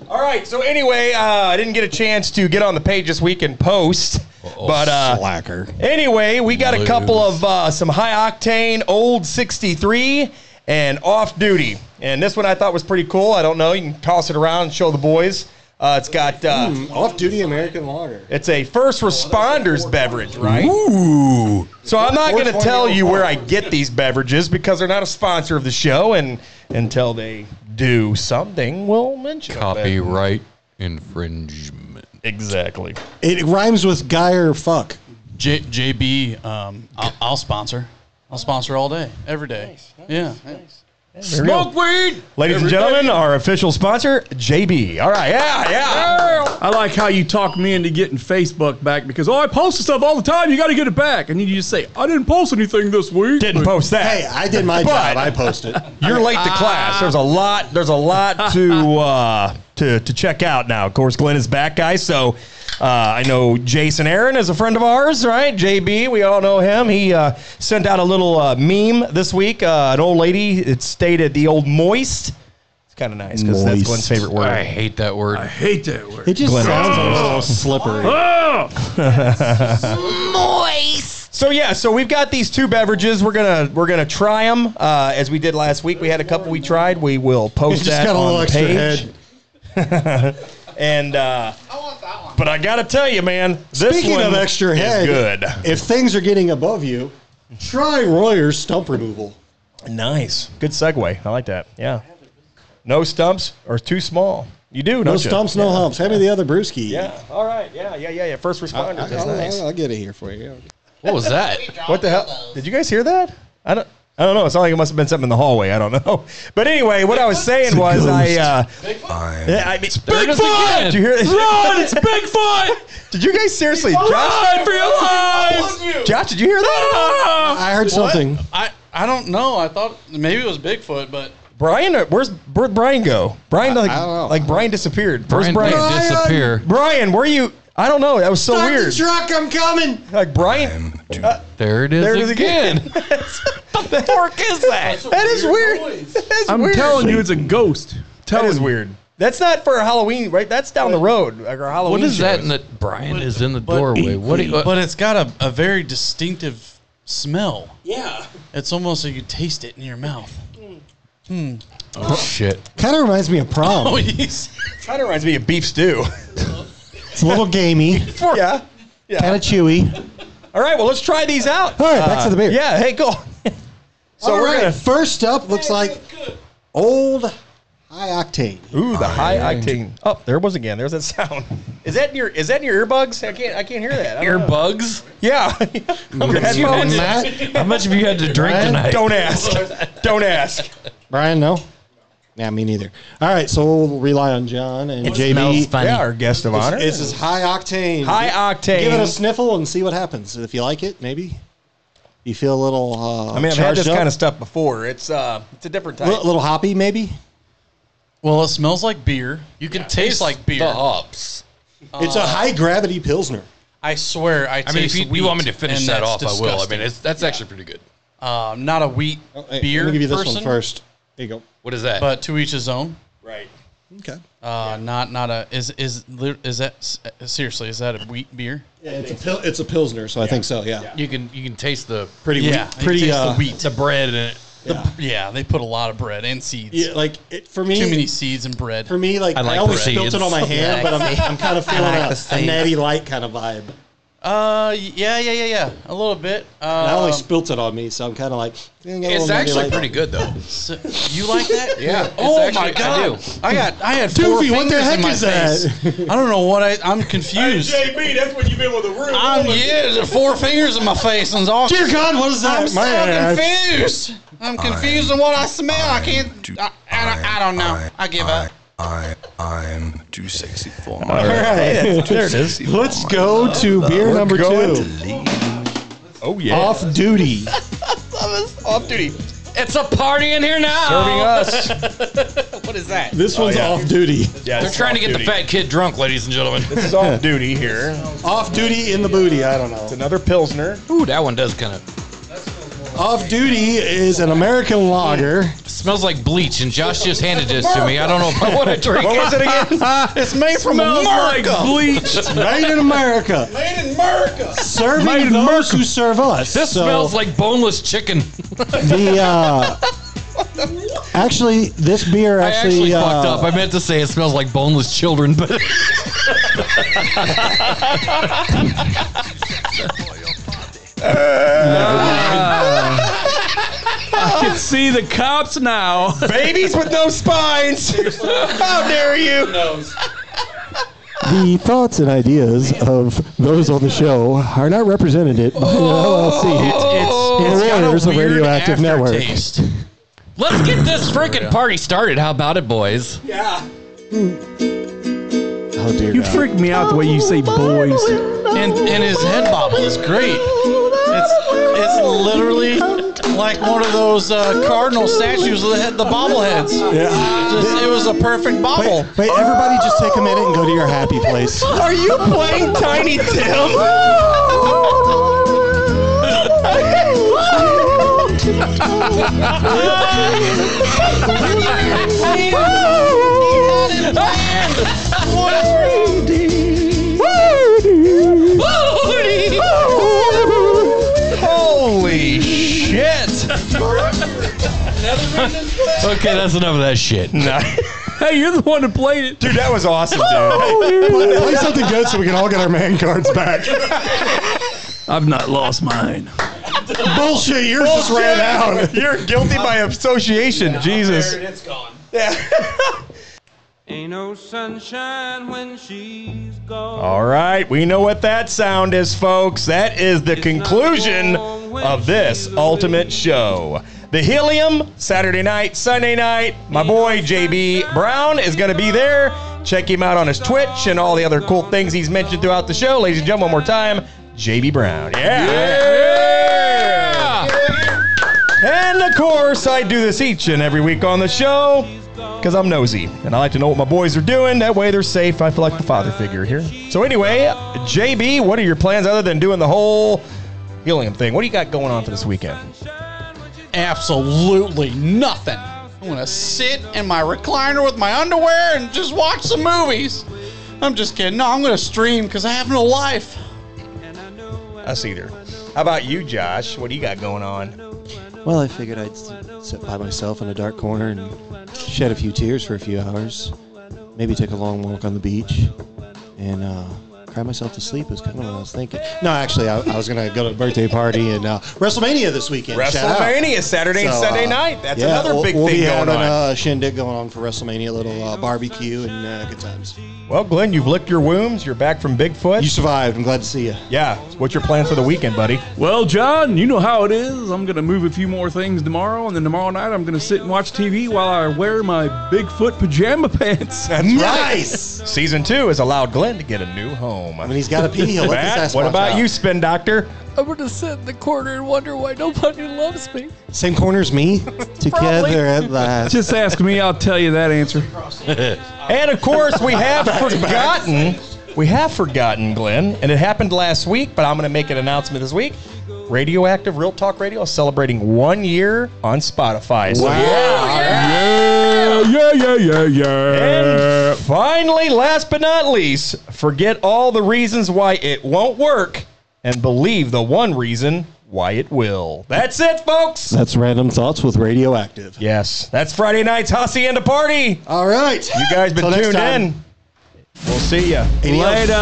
Speaker 9: All right. So anyway, uh, I didn't get a chance to get on the page this week and post, but uh,
Speaker 10: slacker.
Speaker 9: Anyway, we got a couple of uh, some high octane old 63 and off duty, and this one I thought was pretty cool. I don't know. You can toss it around and show the boys. Uh, it's got uh,
Speaker 10: Off duty American lager.
Speaker 9: It's a first responders beverage, right?
Speaker 13: Ooh.
Speaker 9: So I'm not going to
Speaker 10: 420
Speaker 9: tell you where I get these beverages because they're not a sponsor of the show, and until they do something, we'll mention it.
Speaker 13: Copyright infringement.
Speaker 9: Exactly.
Speaker 10: It rhymes with guy or fuck.
Speaker 11: J- JB, um, I'll, I'll sponsor. I'll sponsor all day, every day. yeah.
Speaker 9: There we go.
Speaker 11: weed,
Speaker 9: Ladies and gentlemen, our official sponsor, JB. All right, yeah, yeah.
Speaker 7: I like how you talk me into getting Facebook back because oh, I post stuff all the time. You got to get it back, and you just say I didn't post anything this week.
Speaker 9: Didn't post that. Hey,
Speaker 10: I did
Speaker 9: [LAUGHS]
Speaker 10: my job. I posted.
Speaker 9: You're late to class. There's a lot. There's a lot to uh, to to check out now. Of course, Glenn is back, guys. So uh, I know Jason Aaron is a friend of ours, right? JB, we all know him. He uh, sent out a little uh, meme this week. Uh, an old lady. It stated the old moist. It's kind of nice because that's
Speaker 13: Moist.
Speaker 9: Glenn's favorite word.
Speaker 13: I hate that word. I
Speaker 7: hate that word.
Speaker 10: It just sounds a little slippery.
Speaker 9: Moist. So yeah, so we've got these two beverages. We're gonna we're gonna try them uh, as we did last week. We had a couple we tried. We will post
Speaker 10: It's just
Speaker 9: that
Speaker 10: got a
Speaker 9: on
Speaker 10: little
Speaker 9: the
Speaker 10: extra
Speaker 9: page.
Speaker 10: head.
Speaker 9: and uh, but I gotta tell you, man, this
Speaker 10: Speaking
Speaker 9: one
Speaker 10: of extra
Speaker 9: is
Speaker 10: head,
Speaker 9: good.
Speaker 10: If things are getting above you, try Royer's stump removal.
Speaker 9: Nice, good segue. I like that. Yeah, no stumps are too small. You do
Speaker 10: No
Speaker 9: don't you?
Speaker 10: stumps, no
Speaker 9: Yeah.
Speaker 10: humps. Hand me the other brewski.
Speaker 9: Yeah. All right. Yeah. Yeah. Yeah. Yeah. First responders.
Speaker 10: I,
Speaker 9: That's
Speaker 10: will
Speaker 9: nice.
Speaker 10: get it here for you.
Speaker 9: What was that? what the hell? Did you guys hear that? I don't. I don't know. It sounded like it must have been something in the hallway. I don't know. [LAUGHS] But anyway, what I was saying was I. Uh, yeah, I mean, it's
Speaker 13: Bigfoot!
Speaker 9: Did you hear this?
Speaker 13: Run,
Speaker 9: [LAUGHS]
Speaker 13: it's
Speaker 11: [LAUGHS]
Speaker 9: Bigfoot! did you guys seriously?
Speaker 13: Run
Speaker 9: Josh,
Speaker 13: for your lives!
Speaker 9: Josh, did you hear that?
Speaker 10: I heard something.
Speaker 11: I, I don't know. I thought maybe it was Bigfoot, but
Speaker 9: Brian, uh, where's where'd Brian go? Brian, like, like Brian disappeared. Where's
Speaker 13: Brian
Speaker 9: Brian?
Speaker 13: didn't Brian! disappear.
Speaker 9: Brian, where you? I don't know. That was so
Speaker 10: Start the
Speaker 9: weird.
Speaker 10: truck, I'm coming.
Speaker 9: Like Brian, uh,
Speaker 13: There it is.
Speaker 9: there it is
Speaker 13: again. [LAUGHS]
Speaker 9: again. [LAUGHS] what the fork is that? That is weird. That's
Speaker 7: I'm
Speaker 9: weird.
Speaker 7: telling you, it's a ghost. Telling
Speaker 9: that is weird. That's not for Halloween, right? That's down the road. Like our Halloween.
Speaker 13: What is that?
Speaker 9: shows.
Speaker 13: In the, Brian is in the doorway. What? Do you,
Speaker 11: but it's got a, a very distinctive smell. Yeah. It's almost like you taste it in your mouth. [LAUGHS] Hmm.
Speaker 13: oh shit!
Speaker 10: Kind of reminds me of
Speaker 9: [LAUGHS]
Speaker 10: prom.
Speaker 11: Oh, yes.
Speaker 9: Kind of reminds me of beef stew.
Speaker 10: It's a little gamey.
Speaker 9: [LAUGHS] yeah. Yeah.
Speaker 10: Kind of chewy.
Speaker 9: All right, well, let's try these out. Uh,
Speaker 10: All right, back to the beer.
Speaker 9: Yeah, hey, go. so
Speaker 10: All
Speaker 9: we're
Speaker 10: right,
Speaker 9: gonna.
Speaker 10: first up looks like old high octane.
Speaker 9: Ooh, the high octane. Oh, there it was again. There's that sound. Is that in your is that in your earbuds? I can't I can't hear that. I don't know.
Speaker 8: Earbugs?
Speaker 9: Yeah. [LAUGHS]
Speaker 8: Earbugs. How much have you had to drink tonight?
Speaker 9: Don't ask. Don't ask.
Speaker 10: Brian, no? Yeah, me neither. All right, so we'll rely on John and
Speaker 9: It
Speaker 10: JB.
Speaker 9: smells funny. Yeah, our guest of
Speaker 10: It's-
Speaker 9: honor.
Speaker 10: This is high octane.
Speaker 9: High octane.
Speaker 10: Give it a sniffle and see what happens. If you like it, maybe. You feel a little. Uh,
Speaker 9: I mean, I've had
Speaker 10: charged
Speaker 9: this
Speaker 10: up?
Speaker 9: kind of stuff before. It's uh, it's a different type.
Speaker 10: Li- little hoppy, maybe.
Speaker 11: Well, it smells like beer. You can taste
Speaker 9: It's
Speaker 11: like beer.
Speaker 9: the
Speaker 11: hops. Uh,
Speaker 10: it's a high gravity pilsner.
Speaker 11: I swear, I.
Speaker 13: I mean, if
Speaker 11: taste
Speaker 13: you, you
Speaker 11: wheat,
Speaker 13: want me to finish
Speaker 11: and
Speaker 13: that off,
Speaker 11: that's
Speaker 13: I will. I
Speaker 11: disgusting.
Speaker 13: mean, it's, that's actually pretty good.
Speaker 11: Um, not a wheat
Speaker 10: Oh, hey,
Speaker 11: beer.
Speaker 10: let me give you this
Speaker 11: person,
Speaker 10: one first. There you go.
Speaker 13: What is that?
Speaker 11: But to each his own.
Speaker 9: Right.
Speaker 10: Okay.
Speaker 11: Uh, not not a is is is that uh, seriously? Is that a wheat beer?
Speaker 10: Yeah, it's a pil- it's a pilsner, so I think so. Yeah.
Speaker 13: You can you can taste the
Speaker 10: Pretty
Speaker 11: yeah,
Speaker 10: wheat-
Speaker 11: you
Speaker 10: pretty,
Speaker 11: taste
Speaker 10: uh,
Speaker 11: the wheat, the
Speaker 13: bread in it.
Speaker 11: Yeah. they put a lot of bread and seeds.
Speaker 10: Yeah, like it, for me,
Speaker 11: too many seeds and bread.
Speaker 10: For me, like I, always spilt it on my hand, but I'm,
Speaker 11: [LAUGHS]
Speaker 10: I'm kind of feeling
Speaker 11: like the
Speaker 10: a, a
Speaker 11: seeds.
Speaker 10: natty light kind of vibe.
Speaker 11: Uh, yeah, yeah, yeah, yeah, a little bit.
Speaker 10: And I only
Speaker 11: Um,
Speaker 10: spilt it on me, so I'm kind of like. eh, got a
Speaker 13: It's
Speaker 10: little natty
Speaker 13: actually
Speaker 10: light.
Speaker 13: pretty good though.
Speaker 11: So, you like that?
Speaker 13: Yeah, it's
Speaker 11: Oh my
Speaker 13: actually- I
Speaker 11: god.
Speaker 13: do.
Speaker 11: I, got. I had four
Speaker 13: Doofy, what the
Speaker 11: fingers
Speaker 13: heck
Speaker 11: in my
Speaker 13: is that?
Speaker 11: face. I don't know what I. I'm confused.
Speaker 9: JB, that's when you've been with the room.
Speaker 11: [LAUGHS] I'm yeah. there's Four fingers in my face and it's all.
Speaker 10: Dear God, what is that?
Speaker 11: I'm so
Speaker 10: Man, I-
Speaker 11: confused. I'm confused on what I smell. I can't. I, I, don't- I don't know. I give up.
Speaker 16: I I'm too sexy for
Speaker 10: All right,
Speaker 16: there it is.
Speaker 10: Let's go to beer
Speaker 16: We're
Speaker 10: number
Speaker 16: going
Speaker 10: two.
Speaker 9: Oh
Speaker 16: yeah.
Speaker 10: Off
Speaker 11: [LAUGHS]
Speaker 10: duty.
Speaker 11: Off duty. It's a party in here now.
Speaker 13: Serving [LAUGHS] us.
Speaker 11: what is that?
Speaker 10: This one's off duty.
Speaker 13: Yeah, They're trying to get the fat kid drunk, ladies and gentlemen.
Speaker 9: This is off duty here.
Speaker 10: Off duty in the booty. I don't know. It's
Speaker 9: another pilsner.
Speaker 13: Ooh, that one does kind of
Speaker 10: Off duty is an American lager.
Speaker 13: [LAUGHS] smells like bleach. And Josh just handed this to me. I don't know if [LAUGHS] I want to drink.
Speaker 9: What was
Speaker 13: [LAUGHS]
Speaker 9: it
Speaker 13: again?
Speaker 11: it's made
Speaker 13: from
Speaker 10: Smells
Speaker 13: America.
Speaker 10: like bleach. Made in America.
Speaker 9: Made in America.
Speaker 10: Serving
Speaker 13: Made in
Speaker 10: those who serve us.
Speaker 13: This
Speaker 10: So,
Speaker 13: smells like boneless chicken.
Speaker 10: the.
Speaker 13: [LAUGHS]
Speaker 10: Uh, actually, this beer
Speaker 13: I actually
Speaker 10: actually, uh,
Speaker 13: fucked up. I meant to say it smells like boneless children,
Speaker 7: [LAUGHS]
Speaker 13: but
Speaker 7: I can see the cops now.
Speaker 9: Babies with no spines. How dare you?
Speaker 10: The thoughts and ideas of those on the show are not represented by the LLC
Speaker 13: Oh. It's-
Speaker 10: or
Speaker 13: it's- it's got a
Speaker 10: owners of
Speaker 13: weird
Speaker 10: Radioactive Network.
Speaker 13: aftertaste. let's get this freaking party started. How about it, boys?
Speaker 9: Yeah.
Speaker 10: Oh dear.
Speaker 7: You freak me out the way you say boys.
Speaker 11: And and his head bobble is great. It's it's literally like one of those uh, cardinal statues with the, head- the bobbleheads.
Speaker 10: Yeah.
Speaker 11: Just, it was a perfect bobble.
Speaker 10: Wait, wait, everybody just take a minute and go to your happy place.
Speaker 9: Are you playing Tiny Tim?
Speaker 11: [LAUGHS]
Speaker 13: Oh. Holy shit! okay, that's enough of that shit.
Speaker 7: Hey, you're the one who played it.
Speaker 9: Dude, that was awesome,
Speaker 10: Play,
Speaker 7: [LAUGHS]
Speaker 10: play something good so we can all get our man cards back.
Speaker 7: I've not lost mine.
Speaker 10: Bullshit, yours just ran out.
Speaker 9: You're guilty by association, Jesus.
Speaker 17: It's gone. Ain't no sunshine when she's gone.
Speaker 9: All right, we know what that sound is, folks. That is the conclusion of this ultimate show. The Helium, Saturday night, Sunday night. My boy JB Brown is going to be there. Check him out on his Twitch and all the other cool things he's mentioned throughout the show. Ladies and gentlemen, one more time, JB Brown. Yeah. And of course, I do this each and every week on the show because I'm nosy and I like to know what my boys are doing. That way they're safe. I feel like the father figure here. So, anyway, JB, what are your plans other than doing the whole helium thing? What do you got going on for this weekend?
Speaker 11: Absolutely nothing. I'm gonna sit in my recliner with my underwear and just watch some movies. I'm just kidding. No, I'm gonna stream because I have no life.
Speaker 9: Us either. How about you, Josh? What do you got going on?
Speaker 10: Well, I figured I'd s- sit by myself in a dark corner and shed a few tears for a few hours. Maybe take a long walk on the beach and uh, Cry myself to sleep is kind of what I was thinking. No, actually, I, I was going to go to a birthday party and uh, WrestleMania this weekend. Shout out. uh,
Speaker 9: WrestleMania, Saturday and Sunday night. That's another
Speaker 10: we'll-
Speaker 9: big
Speaker 10: we'll
Speaker 9: thing
Speaker 10: be
Speaker 9: going
Speaker 10: having
Speaker 9: on.
Speaker 10: a shindig going on for WrestleMania, a little uh, barbecue and uh, good times.
Speaker 9: Well, Glenn, you've licked your wounds. You're back from Bigfoot. You
Speaker 10: survived. I'm glad to see you.
Speaker 9: Yeah. What's your plan for the weekend, buddy?
Speaker 7: Well, John, you know how it is. I'm going to move a few more things tomorrow, and then tomorrow night I'm going to sit and watch TV while I wear my Bigfoot pajama pants. [LAUGHS]
Speaker 9: nice. Season two has allowed Glenn to get a new home. When
Speaker 10: he's got a pee, he'll let this ass
Speaker 9: What
Speaker 10: walk
Speaker 9: about
Speaker 10: out.
Speaker 9: you, Spin Doctor?
Speaker 18: I'm gonna sit in the corner and wonder why nobody loves me.
Speaker 10: Same corner
Speaker 9: [LAUGHS]
Speaker 10: as me. Together at last.
Speaker 7: Just ask me, I'll tell you that answer.
Speaker 9: And of course, we
Speaker 10: [LAUGHS]
Speaker 9: have forgotten. We have forgotten, Glenn, and it happened last week, but I'm going to make an announcement this week. Radioactive Real Talk Radio is celebrating one year on Spotify. So
Speaker 7: Yeah, yeah, yeah, yeah,
Speaker 10: Uh,
Speaker 7: yeah.
Speaker 9: And finally, last but not least, forget all the reasons why it won't work and believe the one reason why it will. That's it, folks.
Speaker 10: That's Random Thoughts with Radioactive.
Speaker 9: Yes. That's Friday night's Hacienda Party.
Speaker 10: All right.
Speaker 9: You guys been
Speaker 10: Till next
Speaker 9: tuned
Speaker 10: time.
Speaker 9: in. We'll see ya.
Speaker 7: Later.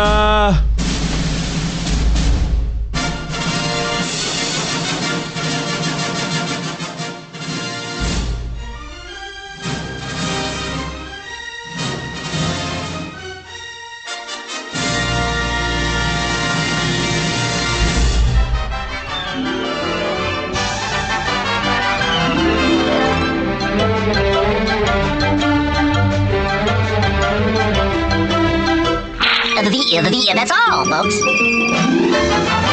Speaker 3: The, the, that's all, folks.